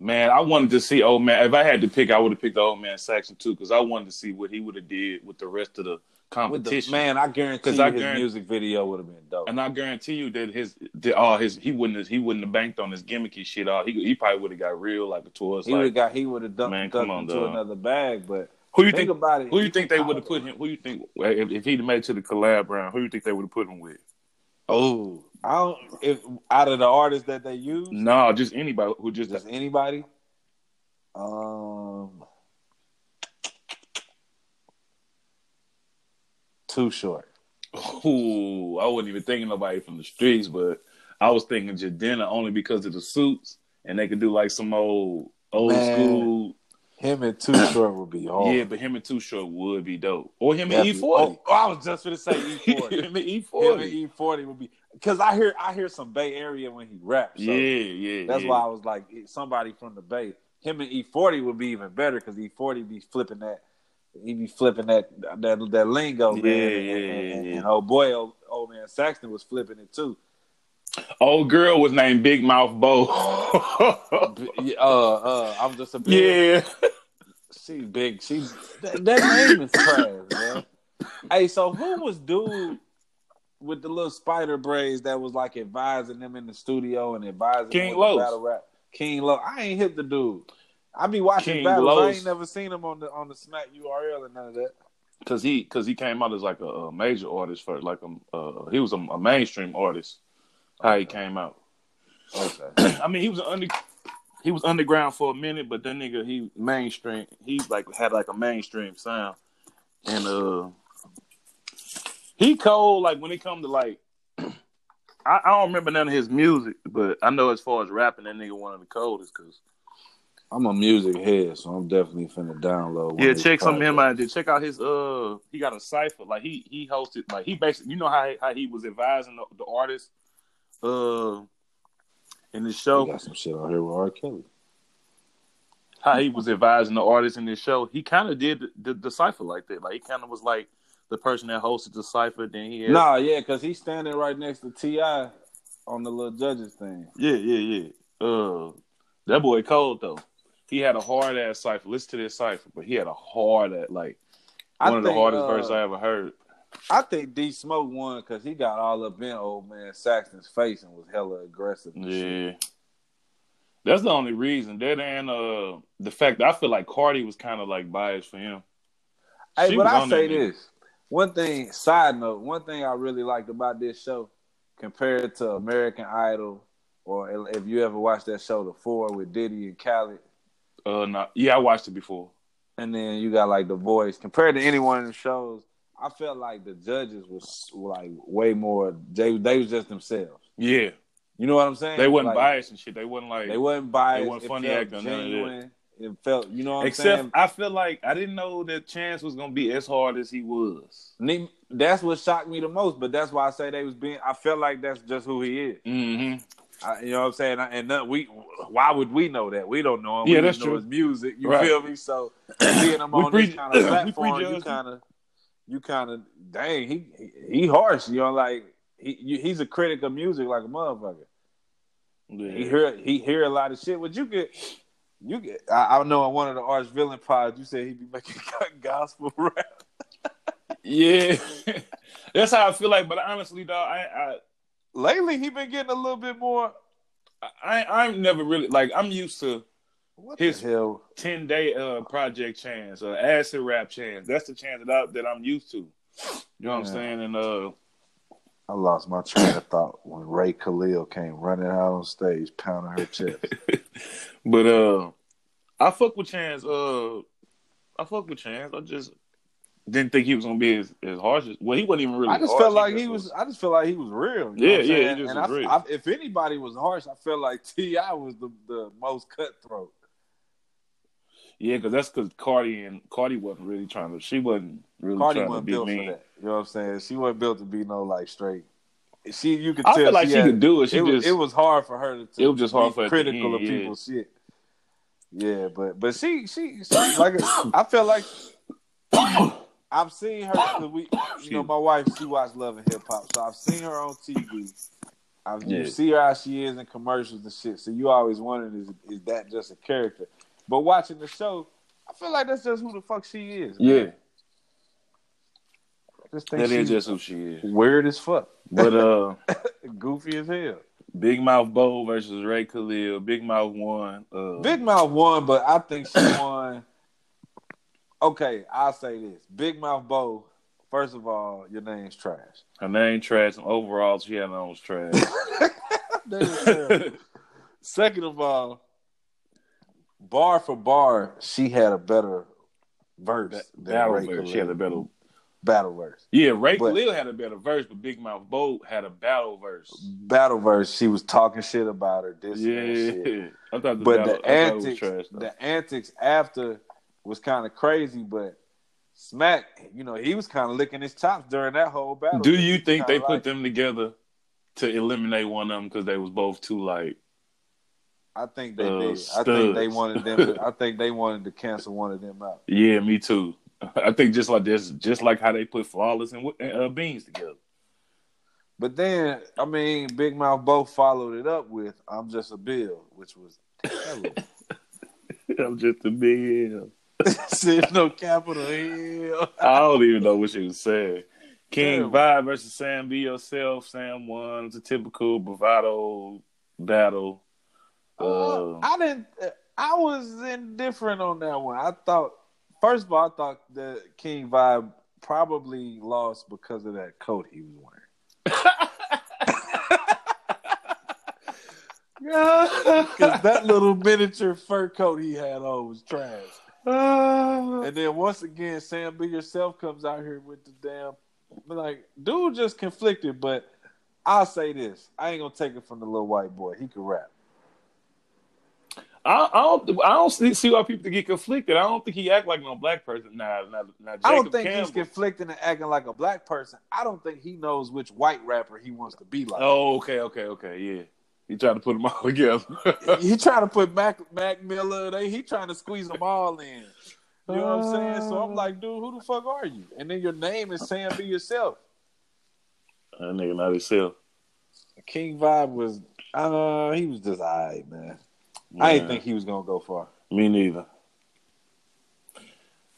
man, I wanted to see old man. If I had to pick, I would have picked the old man Saxon too, because I wanted to see what he would have did with the rest of the With competition. the, man, I guarantee 'Cause you I his guarant- music video would have been dope. And I guarantee you that his that all his he wouldn't have, he wouldn't have banked on his gimmicky shit. All he he probably would have got real like towards he would like have got he would have dunked, Man, dunked come on, into dog. another bag. But who you think, think about it. who you think they would have put him who you think if, if he'd have made it to the collab round who you think they would have put him with? Oh, I don't. If out of the artists that they use, No, just anybody who just just anybody. Um, too short. Ooh, I wasn't even thinking nobody from the streets, but I was thinking Jadena only because of the suits, and they could do like some old old Man. school. Him and Too Short would be hard. Yeah, but him and Two Short would be dope, or him and E Definitely. Forty. Oh, I was just gonna say E forty. Him and E Him and Forty. E forty would be because I hear I hear some Bay Area when he raps. So Yeah, yeah. that's yeah. why I was like somebody from the Bay. Him and E forty would be even better because E forty be flipping that. He be flipping that that that lingo, man. Yeah, and, yeah, and- yeah, and- yeah. and oh boy, old, old man Saxton was flipping it too. Old girl was named Big Mouth Bo. B- Uh, uh, I'm just a big, yeah. She big. She that, that name is trash, man. Hey, so who was dude with the little spider braids that was like advising them in the studio and advising King them with the Los. battle rap? King Lo. I ain't hit the dude. I be watching King battles. I Los. ain't never seen him on the on the Smack URL and none of that. Cause he, cause he came out as like a, a major artist for like a, uh, he was a, a mainstream artist. How he came out. Okay. I mean, he was an under, he was underground for a minute, but that nigga he mainstream. He like had like a mainstream sound, and uh, he cold. Like when it come to like, I, I don't remember none of his music, but I know as far as rapping, that nigga one of the coldest. Cause I'm a music head, so I'm definitely finna download. one yeah, these check some of him podcasts. out. Did check out his uh, he got a cipher. Like he he hosted like he basically you know how how he was advising the, the artist, uh, in the We show. got some shit out here with R. Kelly. how he was advising the artists in this show, he kind of did the, the, the cipher like that. Like he kind of was like the person that hosted the cipher. Then he had, Nah, yeah, because he's standing right next to Ti on the little judges thing. yeah, yeah, yeah. Uh, that boy cold though. He had a hard ass cipher. Listen to this cipher, but he had a hard ass like I one of the think, hardest uh, verses I ever heard. I think D Smoke won because he got all up in old man Saxon's face and was hella aggressive. and shit. Yeah. That's the only reason. That and uh, the fact that I feel like Cardi was kind of like biased for him. Hey, She but was I on say that nigga. this one thing. Side note: one thing I really liked about this show, compared to American Idol, or if you ever watched that show, The Four with Diddy and Khaled, Uh, no, yeah, I watched it before. and then you got like The Voice. Compared to any one of the shows, I felt like the judges was like way more. They they was just themselves. Yeah, You know what I'm saying? they wasn't Like, biased and shit. They wasn't like They wasn't biased. They wasn't It funny felt acting, none of that. genuine. It felt. You know what I'm Except saying? I feel like I didn't know that Chance was gonna be as hard as he was. Ne- That's what shocked me the most, but that's why I say they was being. I felt like that's just who he is. Mm-hmm. I, you know what I'm saying? I- And none, we, why would we know that? We don't know him. Yeah, we that's just know true. His music, you Right. feel me? So seeing him We on pre- this kind of we platform, you prejudged him. kind of, you kind of, dang, he he- he harsh. You know, like he you, he's a critic of music, like a motherfucker. He hear he hear a lot of shit. But you get you get. I, I know in one of the arch villain pods, you said he be making gospel rap. Yeah, that's how I feel like. But honestly, dog, I Lately, he been getting a little bit more. I I I'm never really like I'm used to What His- the hell? ten day uh project chance or acid rap chance. That's the chance that I, that I'm used to. You know what I'm Yeah. saying? And uh, I lost my train of thought when Ray Khalil came running out on stage, pounding her chest. but uh, I fuck with Chance. Uh, I fuck with Chance. I just didn't think he was gonna be as, as harsh as well. He wasn't even really. I just harsh. felt like just he was. I just felt like he was real. Yeah, You know what yeah, I'm he saying? just and was I, real. I, if anybody was harsh, I felt like Ti was the, the most cutthroat. Yeah, because that's because Cardi and Cardi wasn't really trying to. She wasn't really Cardi trying to wasn't be built mean. for that. You know what I'm saying? She wasn't built to be no like straight. She, you could I tell. feel like she had- could do it. She it, was- just it was hard for her to. It was just hard be for her at the critical end, of yeah. people's shit. Yeah, but but she she, she like I felt like I've seen her. 'cause we, you know, Excuse my wife she watched Love and Hip Hop, so I've seen her on TV. I've, Yeah. You see her how she is in commercials and shit. So you always wondered is is that just a character? But watching the show, I feel like that's just who the fuck she is. man. yeah. I just think That is she's just who she is. weird as fuck, But uh, goofy as hell. Big Mouth Bowl versus Ray Khalil. Big Mouth won. Uh, Big Mouth won, but I think she won. Okay, I'll say this: Big Mouth Bo. First of all, your name's trash. her name trash. And overall, she had on was trash. They was terrible. Second of all, bar for bar, she had a better verse. than battle Ray verse. She Khalil. had a better. battle verse. Yeah, Ray But- Khalil had a better verse, but Big Mouth Bowl had a battle verse. Battle verse. She was talking shit about her. This yeah. shit. Yeah, I thought the But battle, the I thought it was antics, trash. though. the antics after was kind of crazy. But Smack, you know, he was kind of licking his chops during that whole battle. Do you think they Kinda put like- them together to eliminate one of them because they was both too like? I think they Uh, did. I think they studs. wanted them. To, I think they wanted to cancel one of them out. Yeah, me too. I think just like this, just like how they put flawless and uh, beans together. But then, I mean, Big Mouth both followed it up with "I'm Just a Bill," which was terrible. I'm just a bill. There's no capital L. I don't even know what she was saying. King Terrible. Vi versus Sam Be Yourself. Sam won. It's a typical bravado battle. Uh, Uh, I didn't. I was indifferent on that one. I thought, first of all, I thought the King Vibe probably lost because of that coat he was wearing. Because that little miniature fur coat he had on was trash. uh, And then once again, Sam Be Yourself comes out here with the damn like dude just conflicted, but I'll say this. I ain't gonna take it from the little white boy. He can rap. I, I don't. I don't see, see why people get conflicted. I don't think he act like no black person. Nah, nah, nah. Jacob I don't think Campbell. he's conflicting and acting like a black person. I don't think he knows which white rapper he wants to be like. Oh, okay, okay, okay. Yeah, He tried to put them all together. he trying to put Mac Mac Miller. They he trying to squeeze them all in. You know what I'm saying? So I'm like, dude, who the fuck are you? And then your name is Sam Be Yourself. that nigga not himself. King Vibe was, uh, he was just alright, man. I Man, didn't think he was gonna go far. me neither.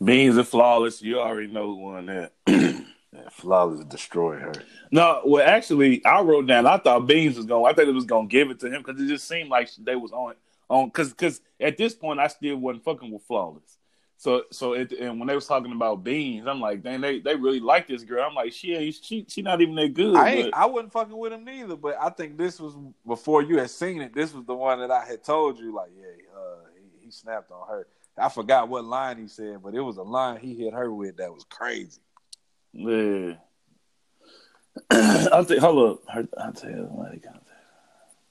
Beans are flawless. You already know who won that. Man, Flawless destroyed her. No, well, actually, I wrote down. I thought Beans was going. I thought it was going to give it to him because it just seemed like they was on on because because at this point I still wasn't fucking with flawless. So so it, and when they was talking about Beans, I'm like, dang, they they really like this girl. I'm like, she ain't she she not even that good. I ain't, but- I wasn't fucking with him neither, but I think this was before you had seen it. This was the one that I had told you, like, yeah, uh, he, he snapped on her. I forgot what line he said, but it was a line he hit her with that was crazy. yeah. I'll take hold up. Her- I'll tell you like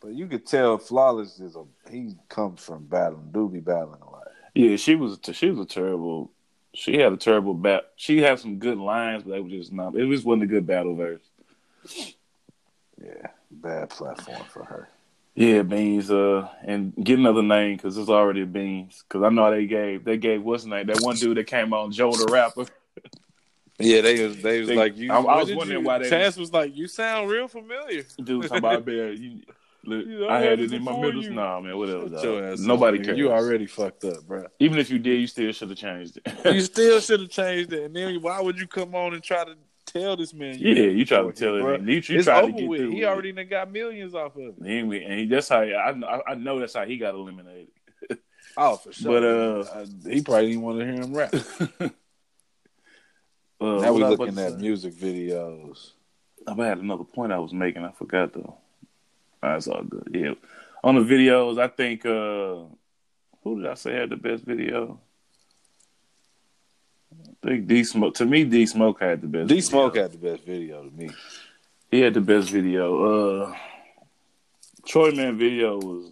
But you could tell Flawless is a he comes from battling, do be battling a lot. yeah, she was she was a terrible. She had a terrible bat. She had some good lines, but they were just not. It just wasn't a good battle verse. Yeah, bad platform for her. Yeah, beans. Uh, and get another name because it's already beans. Because I know they gave they gave what's his name that one dude that came on Joe the rapper. Yeah, they was they was They- like you. I- I what was did wondering you- why they Chance was like, you sound real familiar. Dude, talking about man, you, look, You know, I had this it in my before middle. you. Nah, man, whatever. Shut dog. your ass up, Nobody nigga. cares. You already fucked up, bro. Even if you did, you still should have changed You it. still should have changed it. And then why would you come on and try to tell this man? yeah, you try to Fuck tell you, it. bruh. and You, you it's tried over to get with. through. He with already done got millions off of It. it. He, ain't- and he, that's how I, I I know that's how he got eliminated. Oh, for sure. But uh, he probably didn't want to hear him rap. Uh, now what we I was looking about to at say? music videos. I had another point I was making. I forgot though. That's all good. Yeah. On the videos, I think uh who did I say had the best video? I think D Smoke. To me, D Smoke had the best. D video. Smoke had the best video to me. He had the best video. Uh Troy Man video was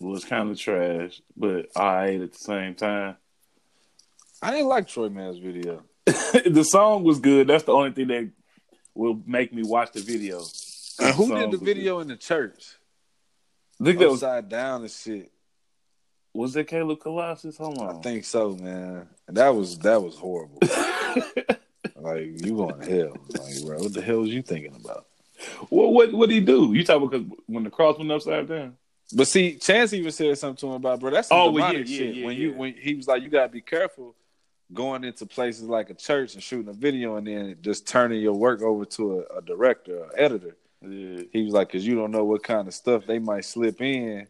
was kind of trash, but I ate at the same time. I didn't like Troy Man's video. the song was good. That's the only thing that will make me watch the video. And who Song did the was good. video in the church? I think that was Upside down and shit. Oh, was that Caleb Colossus. Hold on. I think so, man. And that was that was horrible. like you going to hell? Like, bro, what the hell was you thinking about? Well, what what he do? You talking because when the cross went upside down? But see, Chance even said something to him about, bro. That's some Oh, well, demonic yeah, yeah, shit. yeah, when yeah. you when he was like, you gotta be careful going into places like a church and shooting a video and then just turning your work over to a, a director or editor. Yeah, He was like, because you don't know what kind of stuff they might slip in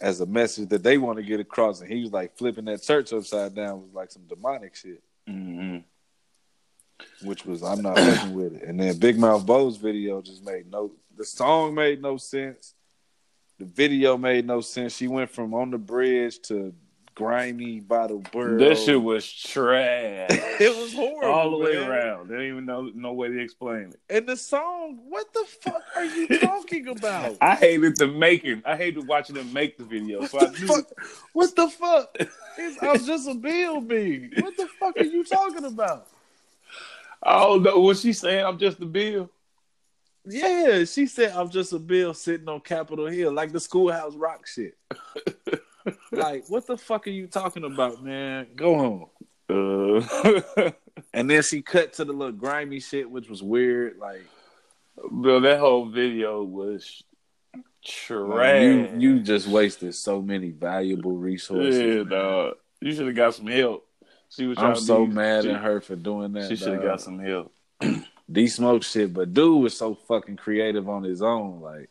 as a message that they want to get across. And he was like, flipping that church upside down was like some demonic shit, mm-hmm. which was I'm not fucking with it. And then Big Mouth Bo's video just made no. The song made no sense. The video made no sense. She went from on the bridge to grimy bottle burrow. that shit was trash it was horrible all the way man. around. They didn't even know no way to explain it. And the song, what the fuck are you talking about? I hated the making. I hated watching them make the video. So I What the knew, fuck? What the fuck? It's, I'm just a bill bee. What the fuck are you talking about? I don't know what she's saying. I'm just the bill. Yeah, she said I'm just a bill sitting on Capitol Hill, like the schoolhouse rock shit. like, what the fuck are you talking about, man? Go on. Uh, And then she cut to the little grimy shit, which was weird. Like, bro, that whole video was trash. you you just wasted so many valuable resources. yeah, man. dog. You should have got some help. She was. trying I'm to so be- mad she, at her for doing that. She should have dog. got some help. D Smoke shit, but dude was so fucking creative on his own. Like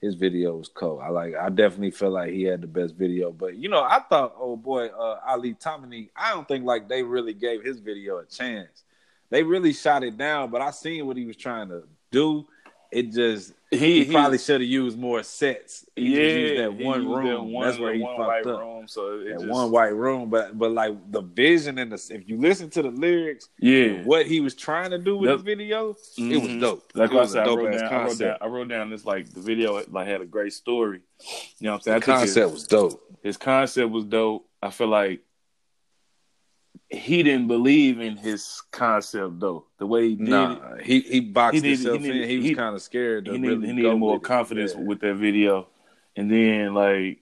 his video was cool. I like. I definitely feel like he had the best video. But you know, I thought, oh boy, uh, Ali Tomini. I don't think like they really gave his video a chance. They really shot it down. But I seen what he was trying to do. It just he, probably should have used more sets. He just used that he one used room. that one- That's where that he one fucked white up. Room, so it That just, one white room. But but like the vision and the if you listen to the lyrics, yeah. what he was trying to do with That's- the video, it was Mhm. dope. Like it I was said, I wrote, dope-ass down, I wrote down. I wrote down this like the video like had a great story. You know what I'm saying? The I think his- concept was dope. His, concept was dope. I feel like he didn't believe in his concept though. The way he did it, Nah, he he boxed He needed- himself he in. needed- He was he- kind of scared. To he really needed, he go needed more with it. confidence Yeah. with that video. And then like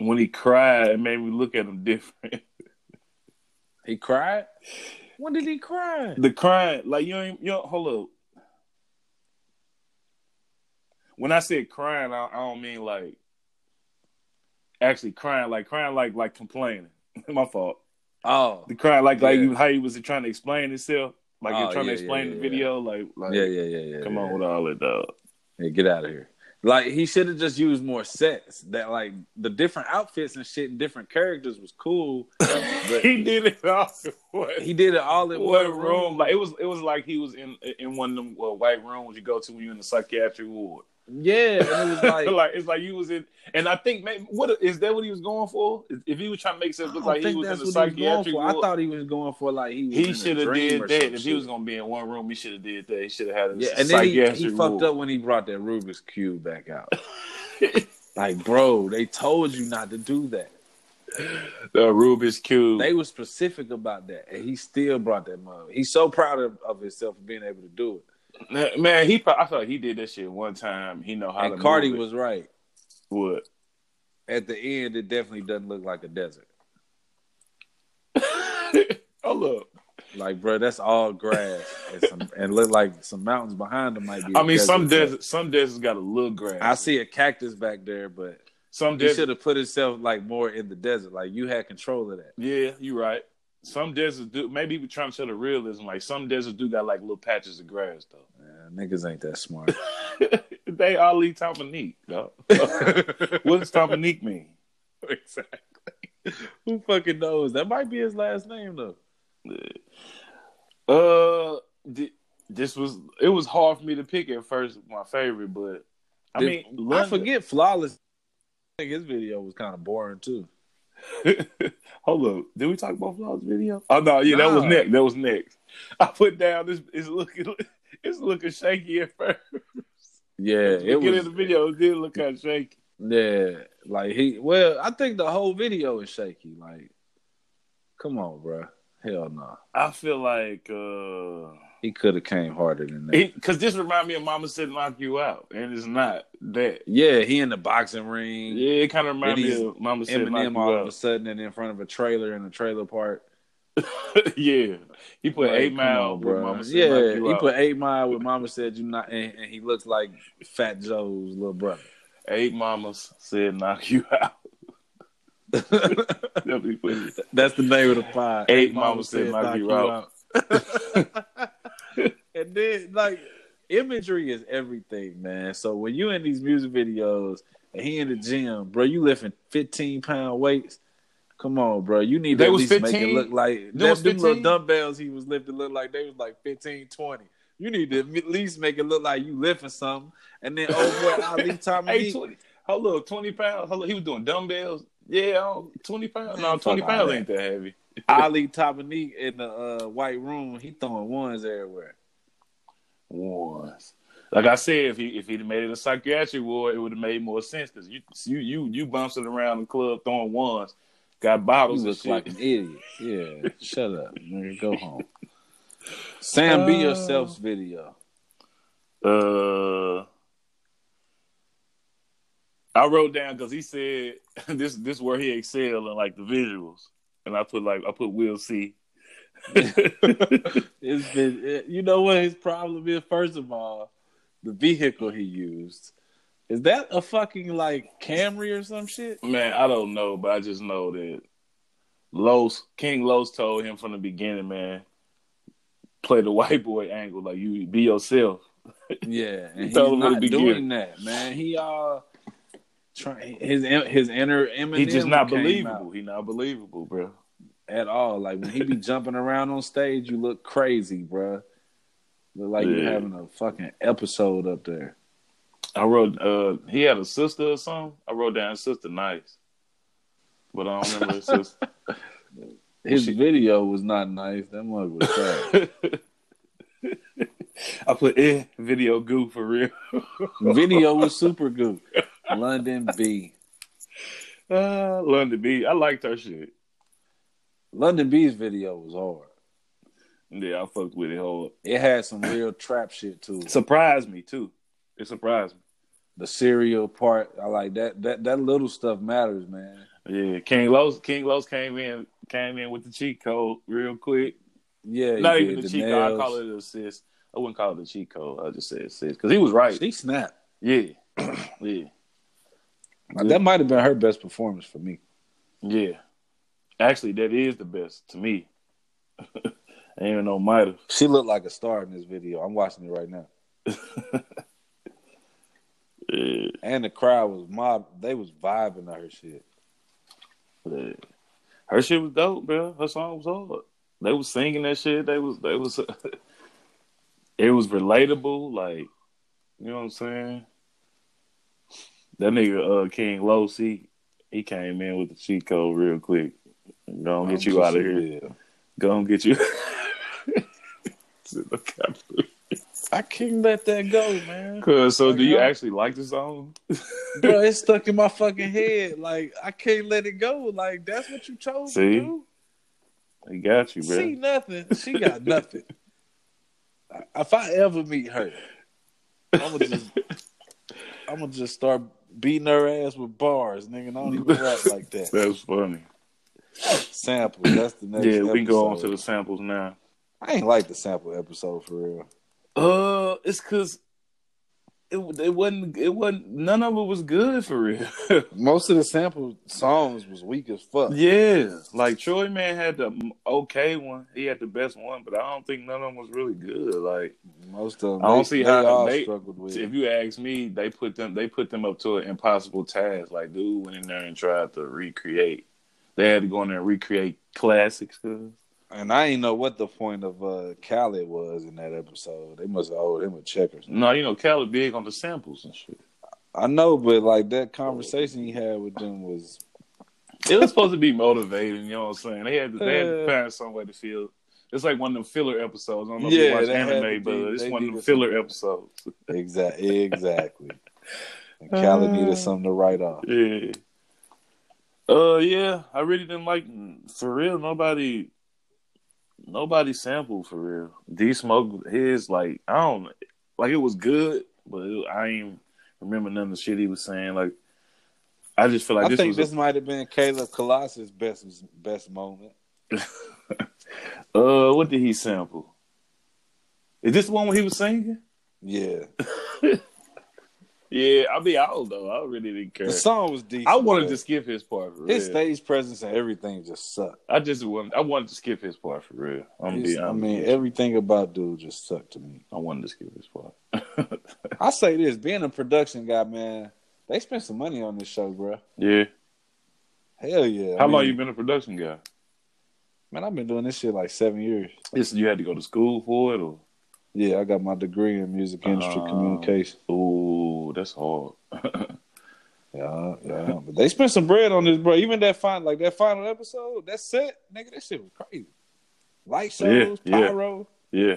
when he cried, it made me look at him different. He cried. When did he cry? the crying, like you ain't you don't, hold up. When I said crying, I, I don't mean like actually crying, like crying, like like complaining. My fault. Oh, The crying, like like Yeah. you, how he was trying to explain himself, like Oh, you're trying yeah, to explain yeah, the yeah. video, like like yeah, yeah, yeah, yeah. come yeah. on with all that dog. Yeah, get out of here. Like he should have just used more sets. That like the different outfits and shit and different characters was cool. but he did it all. What? he did it all in What one room? Like it was, it was like he was in in one of them uh, white rooms you go to when you're in the psychiatric ward. Yeah, and it was like, Like, it's like you was in, and I think maybe, what is that? What he was going for? If he was trying to make I himself don't look like he think was in that's the what he was going psychiatric for. ward, I thought he was going for like he was in he a should have dream did or that. some If he shit. was gonna be in one room, he should have did that. He should have had a yeah, and then he, psychiatric he fucked ward. up when he brought that Rubik's cube back out. like, bro, they told you not to do that. The Rubik's cube. They were specific about that, and he still brought that mug. He's so proud of, of himself for being able to do it. Man, he. pro- I thought he did that shit one time. He know how And to. Cardi move it. was right. What? at the end, it definitely doesn't look like a desert. oh look. Like, bro, that's all grass and, some, and look like some mountains behind them might be. I a mean, some desert. deserts, some deserts got a little grass. I see a cactus back there, but Some he deserts, should have put himself like more in the desert. Like you had control of that. yeah, you're right. Some deserts do. Maybe we're trying to show the realism. Like some deserts do got like little patches of grass though. Man, niggas ain't that smart. they all leave Dominique though. what does Dominique mean? exactly. Who fucking knows? That might be his last name though. Uh, thi- this was it was hard for me to pick at first. My favorite, but I Did- mean, I London- forget flawless. I think his video was kind of boring too. Hold up. Did we talk about Flaw's video? Oh no, yeah, that was Nah. next. That was next. I put down this it's looking it's looking shaky at first. Yeah, It it Get in was. the video, it did look kind of shaky. Yeah, like he. Well, I think the whole video is shaky. Like, come on, bro. Hell no. I feel like uh He could have came harder than that. because this reminded me of Mama said knock you out, and it's not that. yeah, he in the boxing ring. Yeah, it kind of reminded he's me of Mama said knock Eminem you all of a out. sudden and in front of a trailer in a trailer park. yeah, he put Like, eight come mile, on, bro. bruh. Mama said knock yeah, you he out. put eight mile with Mama said you not, and, and he looks like Fat Joe's little brother. eight mamas said knock you out. That's what he put it. That's the name of the pod. Eight Mama Said Knock You out. and then like imagery is everything, man. So when you in these music videos and he in the gym, bro, you lifting fifteen pound weights. Come on, bro. You need They to at was least make 15? it look like They them, was them little 15? dumbbells he was lifting look like they was like 15, 20. You need to at least make it look like you lifting something. And then oh boy, Ali Hey, Tommy. 20, hold up, 20 pounds. Hold up, he was doing dumbbells. Yeah, I don't- 20 pounds. No, Man, 20 fuck all pounds that. ain't that heavy. Ali Tabanique in the uh, white room, he throwing ones everywhere. Once. Like I said, if he if he'd made it a psychiatric ward, it would have made more sense because you you you you bouncing around the club throwing ones, got You bottles and look shit. like an idiot. Yeah, shut up, nigga. Go home. Sam, be Uh, yourself's video. uh, I wrote down because he said this this where he excelled in like the visuals, and I put like I put Will C. It's been, it- you know what his problem is. First of all, the vehicle he used is that a fucking like Camry or some shit. Man, I don't know, but I just know that Los King Los told him from the beginning, man, play the white boy angle, like you be yourself. Yeah, and he's Tell him what not he be doing that, man. He uh, try, his in- his inner Eminem. He just not came out believable. He not believable, bro. at all. Like when he be jumping around on stage, you look crazy, bruh. Look like you Yeah. having a fucking episode up there. I wrote uh he had a sister or something. I wrote down sister nice. But I don't remember his sister. His She- video was not nice. That mug was trash. I put eh video goo for real. video was super good. London B. Ah, Uh, London B. I liked her shit. London B's video was hard. Yeah, I fucked with it hard. It had some real trap shit to It it. surprised me too. It surprised me. The serial part, I like that. That that little stuff matters, man. Yeah, King Los King Los came in came in with the cheat code real quick. Yeah, Not he even did the cheat code. I call it an assist. I wouldn't call it a cheat code. I just say assist because he was right. She snapped. Yeah, yeah, Yeah. That might have been her best performance for me. yeah. Actually, that is the best to me. Ain't even no mighty. She looked like a star in this video. I'm watching it right now. Yeah, And the crowd was mob. They was vibing to her shit. yeah. Her shit was dope, bro. Her song was hard. They was singing that shit. They was they was. it was relatable. Like you know what I'm saying. That nigga uh, King Los, he, he came in with the cheat code real quick. Gonna get you out of here. Yeah. Gonna get you. Said, "Look out for it." I can't let that go, man. Cause so, do you Yeah. actually like the song? Bro, it's stuck in my fucking head. Like I can't let it go. Like that's what you chose See? to do. They got you, bro. See nothing. She got nothing. if I ever meet her, I'm gonna just, I'm gonna just start beating her ass with bars, nigga. And I don't even rap like that. That's funny. Sample. That's the next. yeah, we can go on episode. to the samples now. I ain't like the sample episode for real. Uh, it's cause it it wasn't it wasn't none of it was good for real. Most of the sample songs was weak as fuck. yeah, like Troy man had the m- okay one. He had the best one, but I don't think none of them was really good. Like Most of them. I don't they- see they how all they- struggled with. if you ask me, they put them they put them up to an impossible task. Like dude went in there and tried to recreate. They had to go in there and recreate classics. Cause And I ain't know what the point of uh Khaled was in that episode. They must have owed him a check or something. no, you know Cali big on the samples and shit. I know, but like that conversation he had with them was It was supposed to be motivating, you know what I'm saying? They had to, they had to Uh, find some way to feel. It's like one of them filler episodes. I don't know if Yeah, you watch they had to anime, but be- it's they one of needed them filler episodes. exactly exactly. And Khaled Uh. needed something to write off. Yeah. Uh, yeah. I really didn't like for real. Nobody, nobody sampled for real. D Smoke his like I don't like it was good, but it, I ain't remember none of the shit he was saying. Like I just feel like I this think was a- this might have been Caleb Colossus' best best moment. uh what did he sample? Is this the one where he was singing? Yeah, Yeah, I mean, I don't know. I really didn't care. the song was decent. I wanted to but skip his part for real. his stage presence and everything just sucked. I just wanted, I wanted to skip his part for real. I'm gonna be It's- I honest. mean, everything about dude just sucked to me. I wanted to skip his part. I say this: being a production guy, man, they spent some money on this show, bro. Yeah. Hell yeah! How I long mean, you been a production guy? Man, I've been doing this shit like seven years. Yes, you had to go to school for it, or Yeah, I got my degree in music industry Oh. communication. oh, that's hard. Yeah, yeah. But they spent some bread on this, bro. Even that final, like that final episode, that set, nigga, that shit was crazy. Light shows, Yeah, yeah. pyro, Yeah.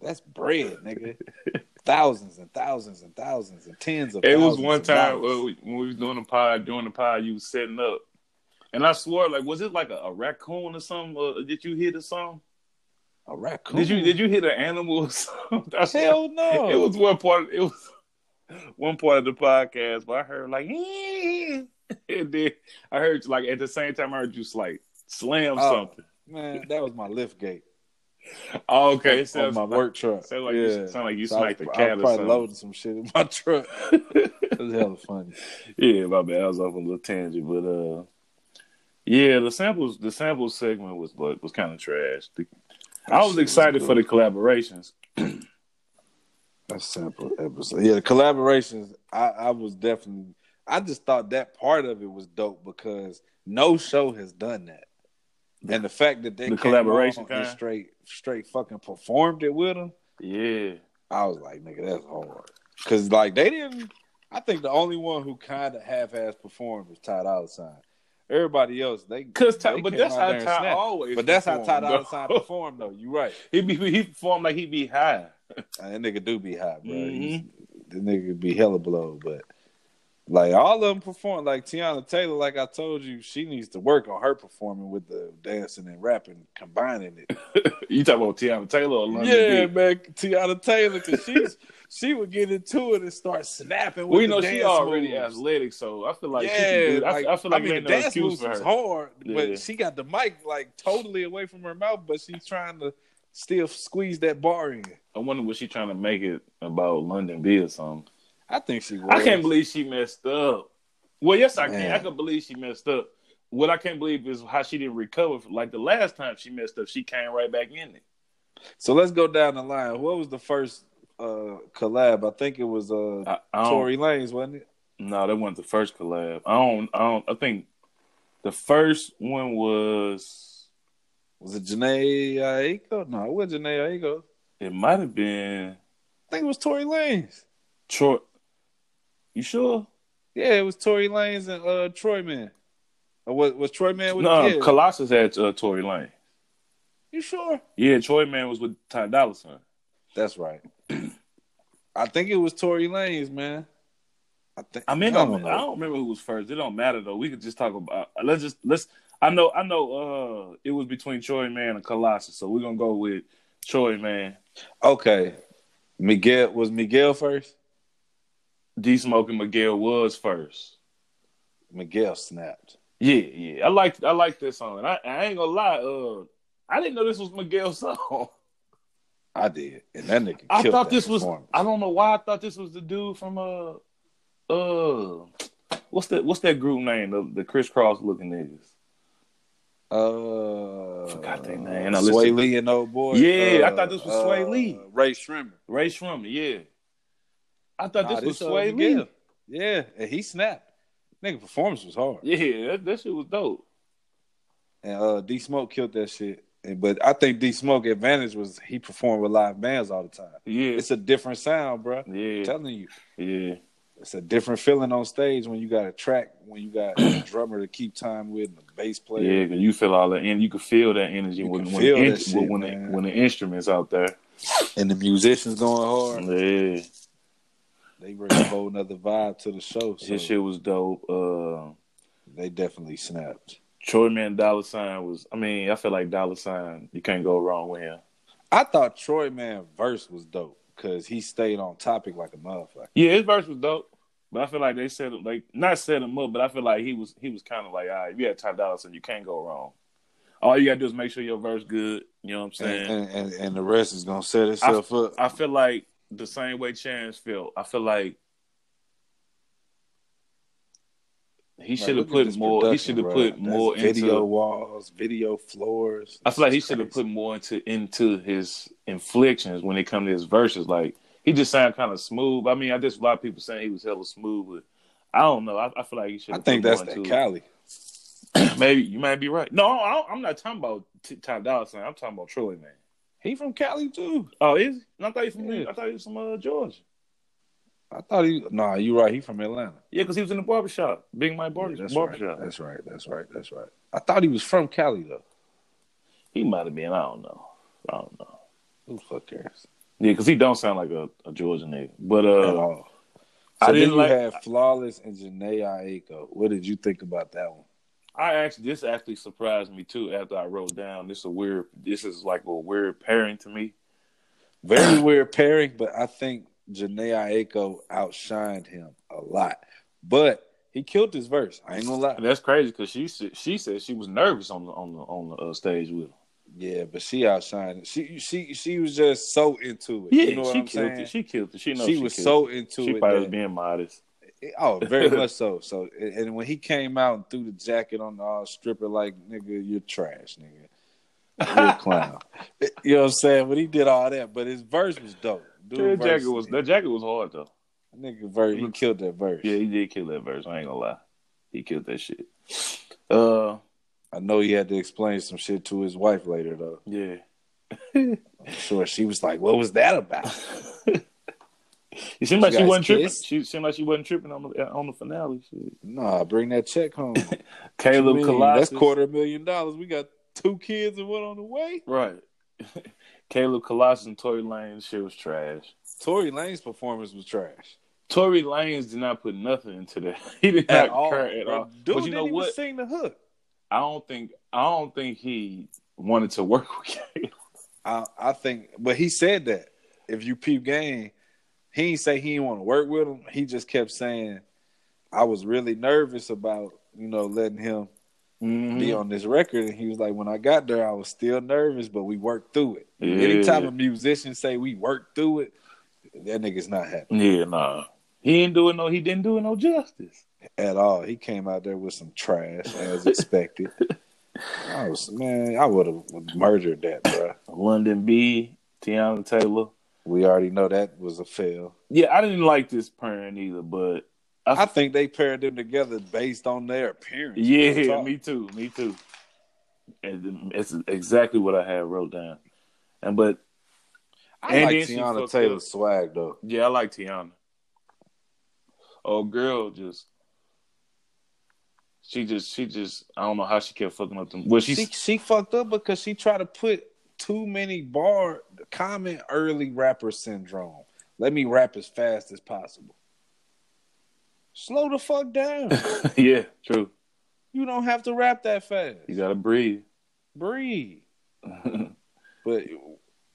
that's bread, nigga. thousands and thousands and thousands and tens of. It was thousands one of time dollars. uh, we- when we was doing the pod, doing the pod, you was setting up, and I swore, like, was it like a, a raccoon or something? Uh, did you hit or something? a raccoon. Did you did you hit an animal or something? I swear- Hell no! It was one part. It was one part of the podcast, but I heard like, and then I heard like at the same time I heard you like slam Oh. something. man. That was my lift gate Oh, okay, it on sounds my like, work truck. Sound like yeah. you sound like you So smacked the I, was- I cat was or probably something. loading some shit in my truck. it was hella funny. Yeah, my bad. I was off on a little tangent, but uh, yeah, the samples the sample segment was like was kind of trash. The- I was excited for the collaborations. A sample episode. Yeah, the collaborations. I, I was definitely. I just thought that part of it was dope because no show has done that, and the fact that they The came collaboration on and kind? straight, straight fucking performed it with them. Yeah, I was like, nigga, that's hard. Cause like they didn't. I think the only one who kind of half-ass performed was Ty Dolla Sign. Everybody else, they cause they Ty, but came that's out how there and Ty snapped. always. But that's how Ty performed, Dolla though. Sign performed though. You right. He be he performed like he be high. Mm-hmm. That nigga do be hot, bro. He's- The nigga be hella below, but Like all of them perform. Like Tiana Taylor, like I told you, she needs to work on her performing with the dancing and rapping, combining it. You talking about Tiana Taylor or London yeah, B? man, Tiana Taylor, because she's she would get into it and start snapping. With We the know dance she already moves. athletic, so I feel like she yeah, can do. I, like, I feel like I mean, ain't the no dance excuse moves for was her. hard, Yeah. but she got the mic like totally away from her mouth, but she's trying to still squeeze that bar in. I wonder was she trying to make it about London B or something. I think she. Was. I can't believe she messed up. Well, yes, I can. Man. I can believe she messed up. What I can't believe is how she didn't recover. from- Like the last time she messed up, she came right back in it. So let's go down the line. What was the first uh collab? I think it was uh I, I don't, Tory Lanez, wasn't it? No, that wasn't the first collab. I don't. I don't. I think the first one was. Was it Janae Aiko? No, it wasn't Janae Aiko. It might have been I think it was Tory Lanez. Troy. You sure? Yeah, it was Tory Lanez and uh Troy Man. Or was was Troy Man with no, yeah. Colossus had uh, Tory Lane. You sure? Yeah, Troy Man was with Ty Dolla Sign. That's right. I think it was Tory Lanez, man. I think I mean, I don't don't, know. I don't remember who was first. It don't matter though. We could just talk about. uh, Let's just let's. I know. I know. Uh, it was between Troy Man and Colossus, so we're gonna go with Troy Man. Okay. Miguel was Miguel first? D Smoke and Miguel was first. Miguel snapped. Yeah, yeah. I like I like this song. And I, I ain't gonna lie. Uh, I didn't know this was Miguel's song. I did. And that nigga I killed thought that this was. performance. I don't know why I thought this was the dude from uh, uh, what's that? What's that group name? The, the crisscross looking niggas. Uh, Forgot their name. And I Sway listened- Lee and old boy. Yeah, I Uh, thought this was Sway uh, Lee. Ray Shrimmer. Ray Shrummy, yeah. I thought Nah, this was uh, Sway Lee. Miguel. Yeah, and he snapped. Nigga, performance was hard. Yeah, that, that shit was dope. And uh, D Smoke killed that shit. And, but I think D Smoke advantage was he performed with live bands all the time. Yeah, It's a different sound, bro. I'm yeah, telling you, yeah. it's a different feeling on stage when you got a track, when you got a drummer to keep time with, and a bass player. Yeah, 'cause you feel all that, and you can feel that energy You when can when, feel the, in- that shit, when, the, man. when the instruments out there. and the musicians going hard. Mm. Yeah, They bring a whole nother vibe to the show. So his shit was dope. Uh, they definitely snapped. Troy Man Dollar Sign was. I mean, I feel like Dollar Sign. You can't go wrong with him. I thought Troy Man verse was dope because he stayed on topic like a motherfucker. Yeah, his verse was dope, but I feel like they set him like not set him up, but I feel like he was he was kind of like, all right, if you had Ty Dolla Sign, you can't go wrong. All you gotta do is make sure your verse good. You know what I'm saying? And, and, and, and the rest is gonna set itself up. I feel like the same way Chance felt. I feel like he Like, should have look at put this more. He production, should have bruh. put That's more video into. walls, video floors. I feel like he It's should have crazy. put more into into his inflictions when it comes to his verses. Like he just sounded kind of smooth. I mean, I just a lot of people saying he was hella smooth, but I don't know. I, I feel like he should. I think that's that into, Cali. Maybe you might be right. No, I, I'm not talking about T- Ty Dolla Sign. I'm talking about Troy Man. He from Cali too. Oh, is he? And I thought he from. Yeah. I thought he was from uh, Georgia. I thought he. Nah, you right. He from Atlanta. Yeah, because he was in the barbershop. Big Mike barber, Yeah, that's barbershop. right. That's right. That's right. That's right. I thought he was from Cali though. He might have been. I don't know. I don't know. Who the fuck cares Yeah, because he don't sound like a, a Georgia nigga. But at uh, all? I So then didn't you like- had Flawless and Janae Aiko. What did you think about that one? I actually this actually surprised me too. After I wrote down, this a weird. This is like a weird pairing to me. Very weird pairing, but I think Janae Aiko outshined him a lot. But he killed his verse. I ain't gonna lie. And that's crazy because she said- she said she was nervous on the on the on the uh, stage with him. Yeah, but she outshined. it. She she she was just so into it. Yeah, you know what she I'm killed saying? it. She, She killed it. She knows was killed so it. into She it. probably was that- being modest. oh, very much so. So, and and when he came out and threw the jacket on the uh, stripper, like nigga, you're trash, nigga, you're a clown. you know what I'm saying? But he did all that. But his verse was dope. That Dude, jacket was that jacket was hard though. nigga verse. He killed that verse. Yeah, he did kill that verse. I ain't gonna lie, he killed that shit. Uh, I know he had to explain some shit to his wife later though. yeah. I'm sure she was like, "What was that about?" It seemed like You she guys wasn't tripping. kissed? She seemed like she wasn't tripping on the on the finale. Shit. nah, bring that check home. Caleb Man, Colossus. That's quarter million dollars. We got two kids and one on the way. Right. Caleb Colossus and Tory Lane shit was trash. Tory Lane's performance was trash. Tory Lanez did not put nothing into that. He did at not all. care at all. but Dude you didn't know even what? sing the hook. I don't think I don't think he wanted to work with Kay. I, I think, but he said that if you peep game, he ain't say he didn't want to work with him. He just kept saying, "I was really nervous about you know letting him be Mm-hmm. on this record." And he was like, "When I got there, I was still nervous, but we worked through it." Yeah. Anytime a musician say we worked through it, that nigga's not happy Yeah, nah. He ain't doing no. He didn't do it no justice. at all. He came out there with some trash as expected. I was man, I would have murdered that, bro. London B, Tiana Taylor. We already know that was a fail. Yeah, I didn't like this pairing either, but I think they paired them together based on their appearance. Real yeah, talk. me too, me too. And it's exactly what I had wrote down. And but I and like then she Tiana fucked Taylor's up. swag though. yeah, I like Tiana. Oh, girl, just she just she just I don't know how she kept fucking up them. Well, She she's she fucked up because she tried to put too many bar common early rapper syndrome. Let me rap as fast as possible. Slow the fuck down. yeah, true. you don't have to rap that fast. You gotta breathe. Breathe. But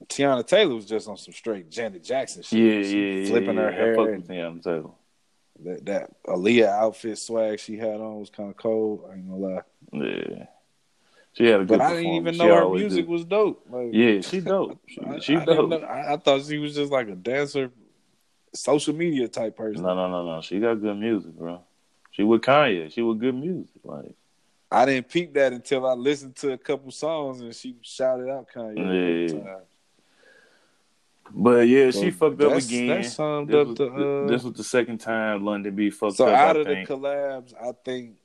Tiana Taylor was just on some straight Janet Jackson shit. Yeah, She yeah, flipping yeah, her yeah. I hair. fuck with and Tiana Taylor. That, that Aaliyah outfit swag she had on was kind of cold. I ain't gonna lie. Yeah, she had a good. But I didn't even performance. know She her always music do. was dope. Like, Yeah, she dope. She, I, she I, dope. didn't know- I, I thought she was just like a dancer, social media type person. No, no, no, no. She got good music, bro. She with Kanye. She with good music. Like, I didn't peep that until I listened to a couple songs and she shouted out Kanye. a couple Yeah. times. but yeah, she So fucked up that's- again. That summed this, up was, the. uh, this was the second time London B fucked so up. out I of think. the collabs, I think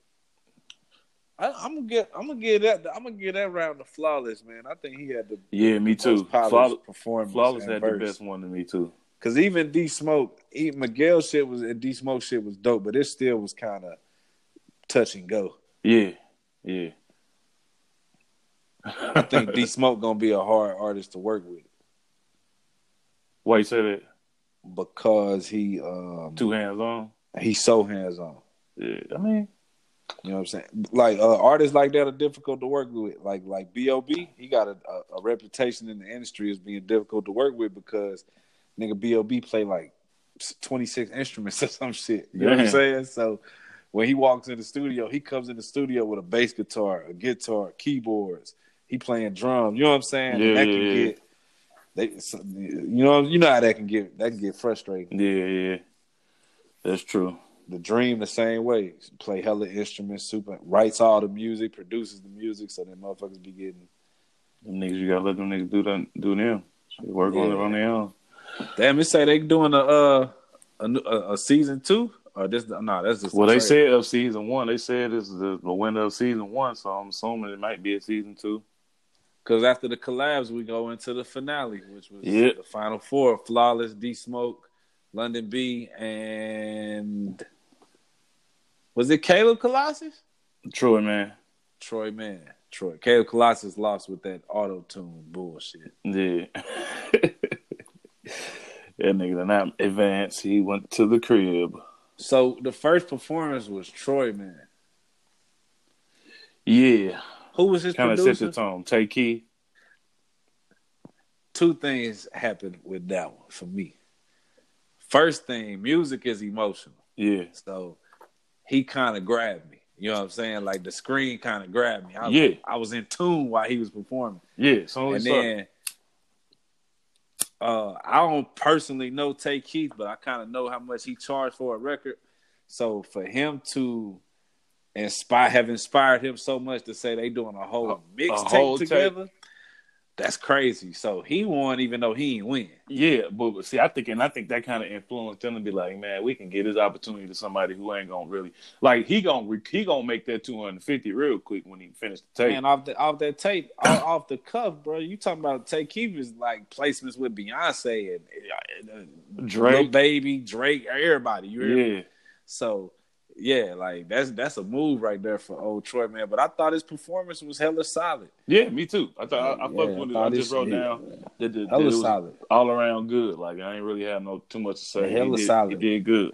I, I'm gonna get. I'm gonna give that. I'm gonna give that round to flawless man. I think he had the yeah, me too. most polished Flawless, performance. Flawless and had verse. the best one to me too. Cause even D Smoke, even Miguel shit was and D Smoke shit was dope, but it still was kind of touch and go. Yeah, yeah. I think D Smoke gonna be a hard artist to work with Why you say that? because he um Two hands on. he's so hands on. Yeah, I mean, You know what I'm saying? Like uh, artists like that are difficult to work with. Like like Bob, he got a, a, a reputation in the industry as being difficult to work with because nigga Bob play like 26 instruments or some shit. You know what I'm Yeah. saying? So when he walks in the studio, he comes in the studio with a bass guitar, a guitar, keyboards. He playing drum. You know what I'm saying? Yeah, that yeah, can yeah. get they, so- you know you know how that can get that can get frustrating. yeah, yeah. That's true. The Dream the same way. Play hella instruments, super writes all the music, produces the music, so then motherfuckers be getting Them niggas, you gotta let them niggas do that, do them. Shit, Work on it on their own. Damn, it say they doing a uh a, new- a, a season two or this no that's just a Well, they trailer. said of season one. They said this is the, the window of season one, so I'm assuming it might be a season two. Because after the collabs, we go into the finale, which was Yep. the final four: Flawless, D Smoke, London B, and was it Caleb Colossus? True, man. Troy man, Troy. Caleb Colossus lost with that auto tune bullshit. Yeah. that nigga did not advance. He went to the crib. So the first performance was Troy man. Yeah. Who was his Kind of set the producer? tone. Take key. Two things happened with that one for me. First thing, music is emotional. Yeah. So he kind of grabbed me. You know what I'm saying? Like the screen kind of grabbed me. I was, Yeah. I was in tune while he was performing. Yeah. So and it's up. then uh, I don't personally know Tay Keith, but I kind of know how much he charged for a record. So for him to inspire, have inspired him so much to say they doing a whole whole mixtape tape. together, that's crazy. So he won even though he ain't win. Yeah, but, but see, I think, and I think that kind of influenced him to be like, man, we can get this opportunity to somebody who ain't gonna really like. He gonna re- he gonna make that two hundred fifty real quick when he finished the tape. Man, off the off that tape, off, off the cuff, bro. You talking about Take Keepers like placements with Beyonce and, and, uh, Drake. Lil Baby, Drake, everybody. You hear me? yeah, So yeah, like that's that's a move right there for old Troy man. But I thought his performance was hella solid. Yeah, me too. I thought I, I Yeah, fucked with it. thought I just this- wrote yeah, down that, the, that it Hella was solid. all around good. Like I ain't really have no too much to say. Hella he did, He solid. did good.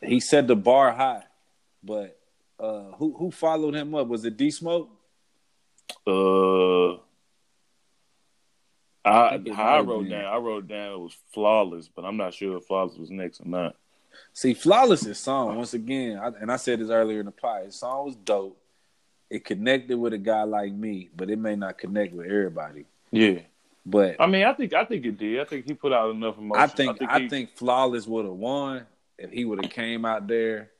He set the bar high, but uh, who who followed him up? Was it D Smoke? Uh, I think it might I have wrote been. down. I wrote down it was flawless, but I'm not sure if flawless was next or not. See, flawless's song once again, I, and I said this earlier in the pod. His song was dope. It connected with a guy like me, but it may not connect with everybody. Yeah, But I mean, I think I think it did. I think he put out enough emotion. I think I he- think, Flawless would have won if he would have came out there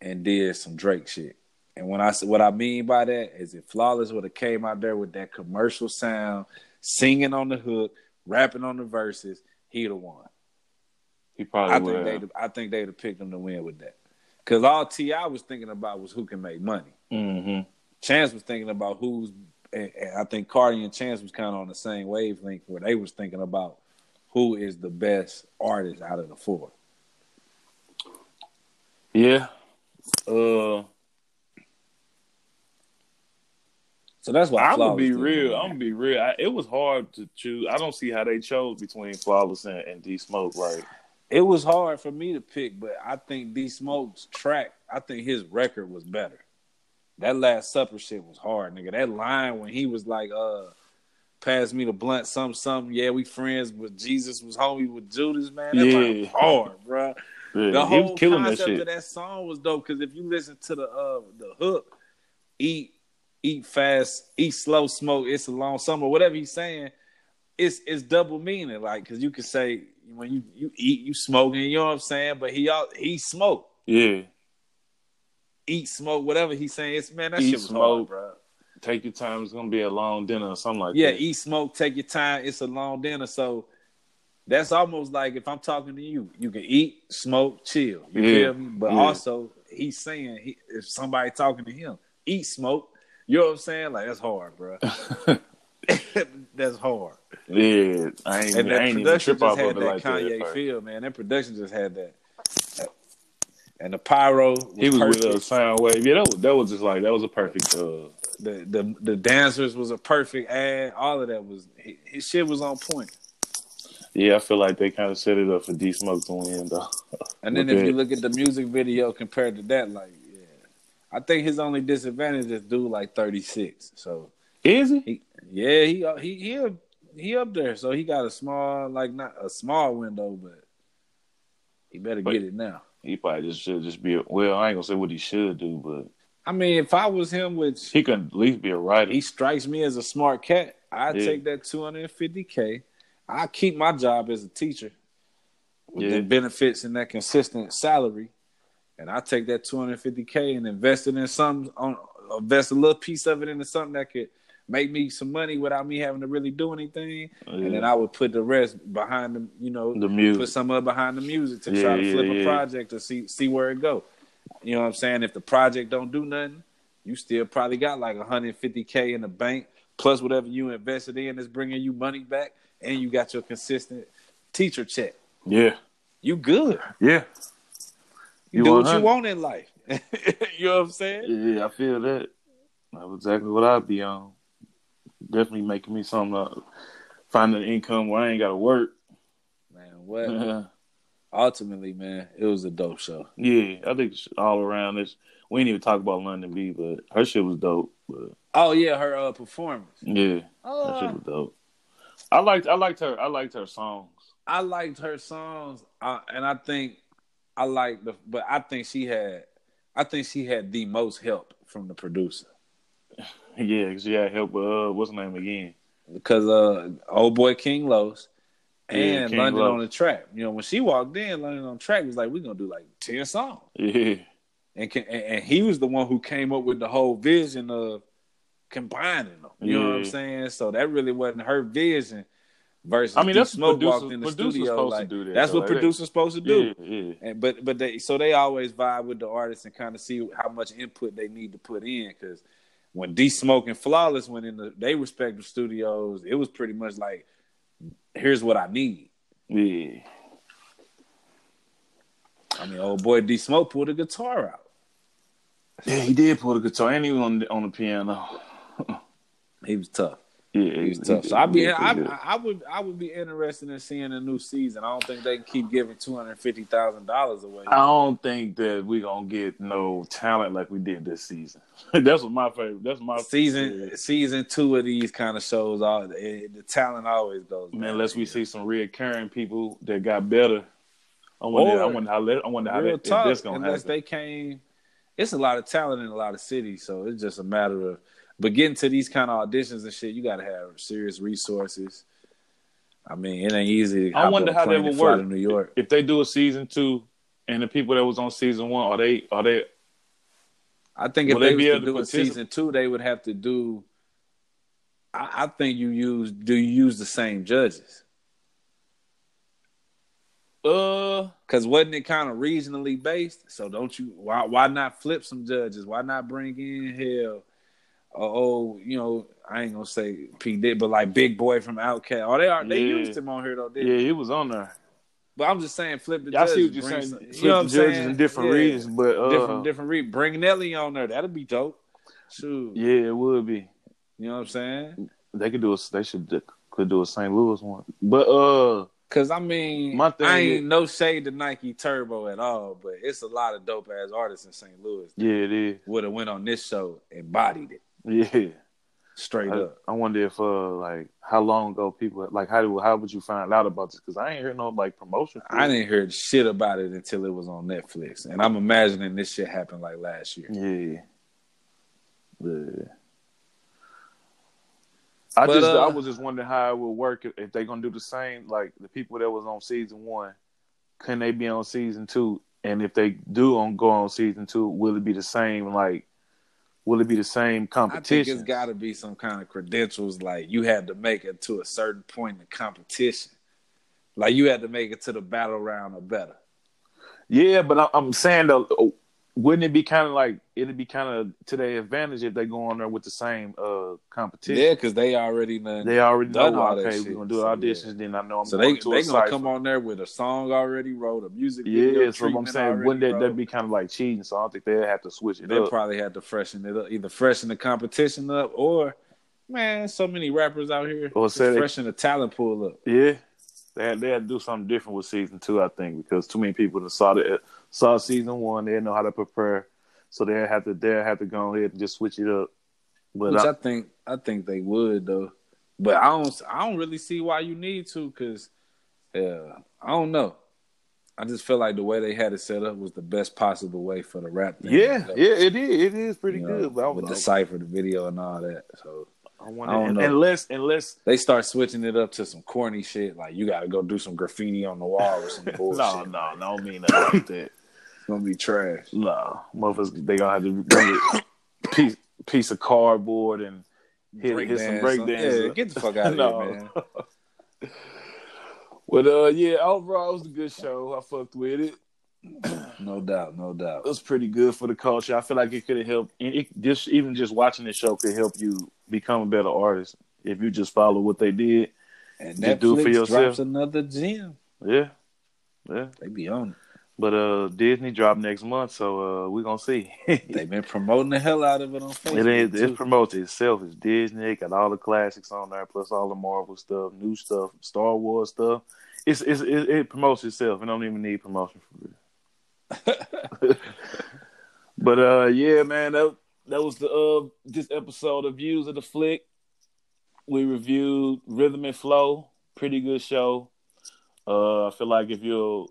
and did some Drake shit. And when I s- what I mean by that is if Flawless would have came out there with that commercial sound, singing on the hook, rapping on the verses, he'd have won. he I probably think would. they'd I think they'd have picked him to win with that. Cause all Ti was thinking about was who can make money. hmm Chance was thinking about who's. And, and I think Cardi and Chance was kind of on the same wavelength where they was thinking about who is the best artist out of the four. Yeah. Uh, So that's why I'm gonna Flawless be did real. that. I'm gonna be real. I, it was hard to choose. I don't see how they chose between flawless and, and D Smoke. Right. It was hard for me to pick, but I think D Smoke's track, I think his record was better. That Last Supper shit was hard, nigga. That line when he was like, uh, pass me the blunt, some, something. Yeah, we friends, but Jesus was homie with Judas, man. That line was Yeah. hard, bruh. Yeah, he the whole was killing that concept shit. of that song was dope because if you listen to the uh the hook, eat eat fast, eat slow, smoke. It's a long summer. Whatever he's saying, it's it's double meaning. Like because you could say when you you eat you smoking. You know what I'm saying? But he all he smoke yeah. eat smoke whatever he's saying. It's man that Eat, shit was smoke. hard, bro. Take your time. It's gonna be a long dinner or something like yeah, E that. eat smoke, take your time. It's a long dinner, so. That's almost like if I'm talking to you, you can eat, smoke, chill. You Yeah. feel me? But Yeah. also, he's saying he, if somebody talking to him, eat, smoke. You know what I'm saying? Like that's hard, bro. that's hard. Yeah, I ain't, And I that ain't even trip production just off had of it that like that. at Kanye first. feel, man. That production just had that. And the pyro, was He was perfect. with a sound wave. Yeah, that was, that was just like that was a perfect. Uh, the the the dancers was a perfect ad. All of that was his, his shit was on point. yeah, I feel like they kind of set it up for D Smoke to win though. And then Look if at you it. look at the music video compared to that, like, yeah, I think his only disadvantage is dude like thirty six. So Is he? he, yeah, he uh, he he up, he up there. So he got a small like not a small window, but he better But- get it now. He probably just should just be. A, well, I ain't gonna say what he should do, but I mean, if I was him, which he could at least be a writer. he strikes me as a smart cat, I would Yeah. take that two hundred and fifty k. I keep my job as a teacher with Yeah. the benefits and that consistent salary, and I take that 250k and invest it in some on invest a little piece of it into something that could make me some money without me having to really do anything, and then I would put the rest behind the you know the put music. some up behind the music to Yeah, try to yeah, flip a yeah. project or see see where it go. You know what I'm saying? If the project don't do nothing, you still probably got like 150k in the bank plus whatever you invested in is bringing you money back, and you got your consistent teacher check. Yeah, You good. yeah, You, You do what 100. you want in life. you know what I'm saying? yeah. I feel that. That's exactly what I'd be on. Definitely making me something. Uh, finding income where I ain't gotta work. Man, what? yeah, Ultimately, man, it was a dope show. I think it's all around this. We didn't even talk about London B, but her shit was dope. But Oh yeah, her uh, performance. Yeah, that shit Oh, was dope. I liked, I liked her, I liked her songs. I liked her songs, uh, and I think I liked the. But I think she had, I think she had the most help from the producer Yeah, 'cause she had help with uh, what's her name again? because uh, old boy King Los Yeah, and King London Los. on the track. You know, when she walked in, London on the track was like, "We're gonna do like ten songs." Yeah, and can, and, and he was the one who came up with the whole vision of combining them. You know what I'm Yeah. saying? So that really wasn't her vision. Versus, I mean, Dee that's Smoke producer- walked in the producer's studio. supposed to Like, do that, that's though, what like that. producers supposed to yeah, do. yeah, And, but but they so they always vibe with the artists and kind of see how much input they need to put in because when D Smoke and Flawless went in the they respective studios, it was pretty much like, here's what I need. yeah. I mean, old boy D Smoke pulled a guitar out. Yeah, he did pull the guitar and he was on the, on the piano. He was tough. Yeah, He was tough. So I'd be, I, I would, I would be interested in seeing a new season. I don't think they can keep giving two hundred fifty thousand dollars away. I don't think that we're gonna get no talent like we did this season. That's what my favorite. That's my season season two of these kind of shows, all it, the talent always goes. man. Unless we see some reoccurring people that got better. I wonder. I Or- wonder how. let- I wonder how real that, talk, if that's gonna unless happen. they came. It's a lot of talent in a lot of cities, so it's just a matter of. But getting to these kind of auditions and shit, you got to have serious resources. I mean, it ain't easy. to I hop on wonder a how that plane would and fly work. to New York. if they do a season two, and the people that was on season one, are they? Are they? I think if Will they, they be was able to to do a participate? season two, they would have to do. I, I think you use do you use the same judges? Uh, Because wasn't it kind of regionally based? So don't you why why not flip some judges? Why not bring in hell? Oh, you know I ain't gonna say P Diddy, but like Big Boy from Outkast. Oh, they are they Yeah. used him on here though, didn't? yeah, they? he was on there. But I'm just saying flip the I judges. see what you're bring saying. some- Flip you know what the I'm judges saying? in different Yeah. regions, but uh, different different re- bring Nelly on there. That'd be dope. Shoot, yeah, it would be. you know what I'm saying? They could do a. They should do- could do a St. Louis one, but uh, Cause I mean, My thing I ain't is- no shade to Nike Turbo at all, but it's a lot of dope ass artists in St. Louis. yeah, it is. Would have went on this show and bodied it Yeah. straight I, up. I wonder if uh like how long ago people like how how would you find out about this? Because I ain't hear no like promotion. for I it. didn't hear shit about it until it was on Netflix, and I'm imagining this shit happened like last year. Yeah. Yeah. I But, just uh, I was just wondering how it would work if, if they're gonna do the same like the people that was on season one, can they be on season two? And if they do on go on season two, will it be the same like? Will it be the same I think it's competition? got to be some kind of credentials, like you had to make it to a certain point in the competition, like you had to make it to the battle round or better. Yeah, but I, I'm saying though, oh, wouldn't it be kind of like it'd be kind of to their advantage if they go on there with the same uh competition? Yeah, because they already done. They already Done know. all that Okay, shit, we're gonna do so, auditions. Then I know I'm so they going to they a gonna cypher. come on there with a song already wrote, a music video. Yeah, so I'm treatment saying already wouldn't that, wrote. that be kind of like cheating? So I don't think they'd have to switch it They up. probably had to freshen it up, either freshen the competition up, or man, so many rappers out here Or just say they- freshen the talent pool up. yeah, they had, they had to do something different with season two, I think, because too many people that saw the saw season one, they didn't know how to prepare, so they have to they have to go ahead and just switch it up. But Which I, I think I think they would though, but I don't I don't really see why you need to because yeah, I don't know. I just feel like the way they had it set up was the best possible way for the rap. thing. yeah, You yeah, it is it is pretty know, good. But I, with the was, cipher, the video, and all that. So I, wonder, I don't and- know. unless unless they start switching it up to some corny shit, like you got to go do some graffiti on the wall or some bullshit. no no no, I don't mean nothing like that. It's gonna be trash. No, motherfuckers, they gonna have to bring a piece piece of cardboard and hit, hit some Breakdance, huh? breakdance. Yeah, get the fuck out of No. here, man. But uh, yeah, overall it was a good show. I fucked with it. No doubt, no It doubt. was pretty good for the culture. I feel like it could have helped. and It, just even just watching the show could help you become a better artist if you just follow what they did. And Just do it for Netflix yourself. drops another gem. Yeah, yeah. They be on it. But uh, Disney dropped next month, so uh, we're gonna see. it They've been promoting the hell out of it on Facebook. is too. it promotes itself. It's Disney It got all the classics on there, plus all the Marvel stuff, new stuff, Star Wars stuff. It's, it's it, it promotes itself. It don't even need promotion for real. But uh, yeah, man, that that was the uh this episode of Views of the Flick. We reviewed Rhythm and Flow, pretty good show. Uh, I feel like if you're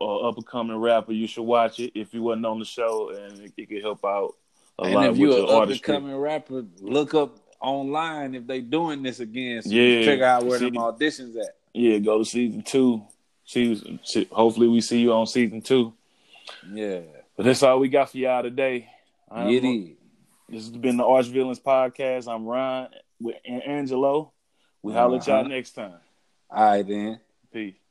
an up and coming rapper, you should watch it. If you wasn't on the show, and it, it could help out a and lot if with you're your an up and artistry. coming rapper, look up online if they doing this again. So you Yeah, figure out where see. them auditions at. Yeah, go to season two. Season, se- hopefully, we see you on season two. Yeah, But that's all we got for y'all today. I'm- it is. This has been the Arch Villains Podcast. I'm Ron with An- Angelo. We holler at y'all Uh-huh. next time. All right then. Peace.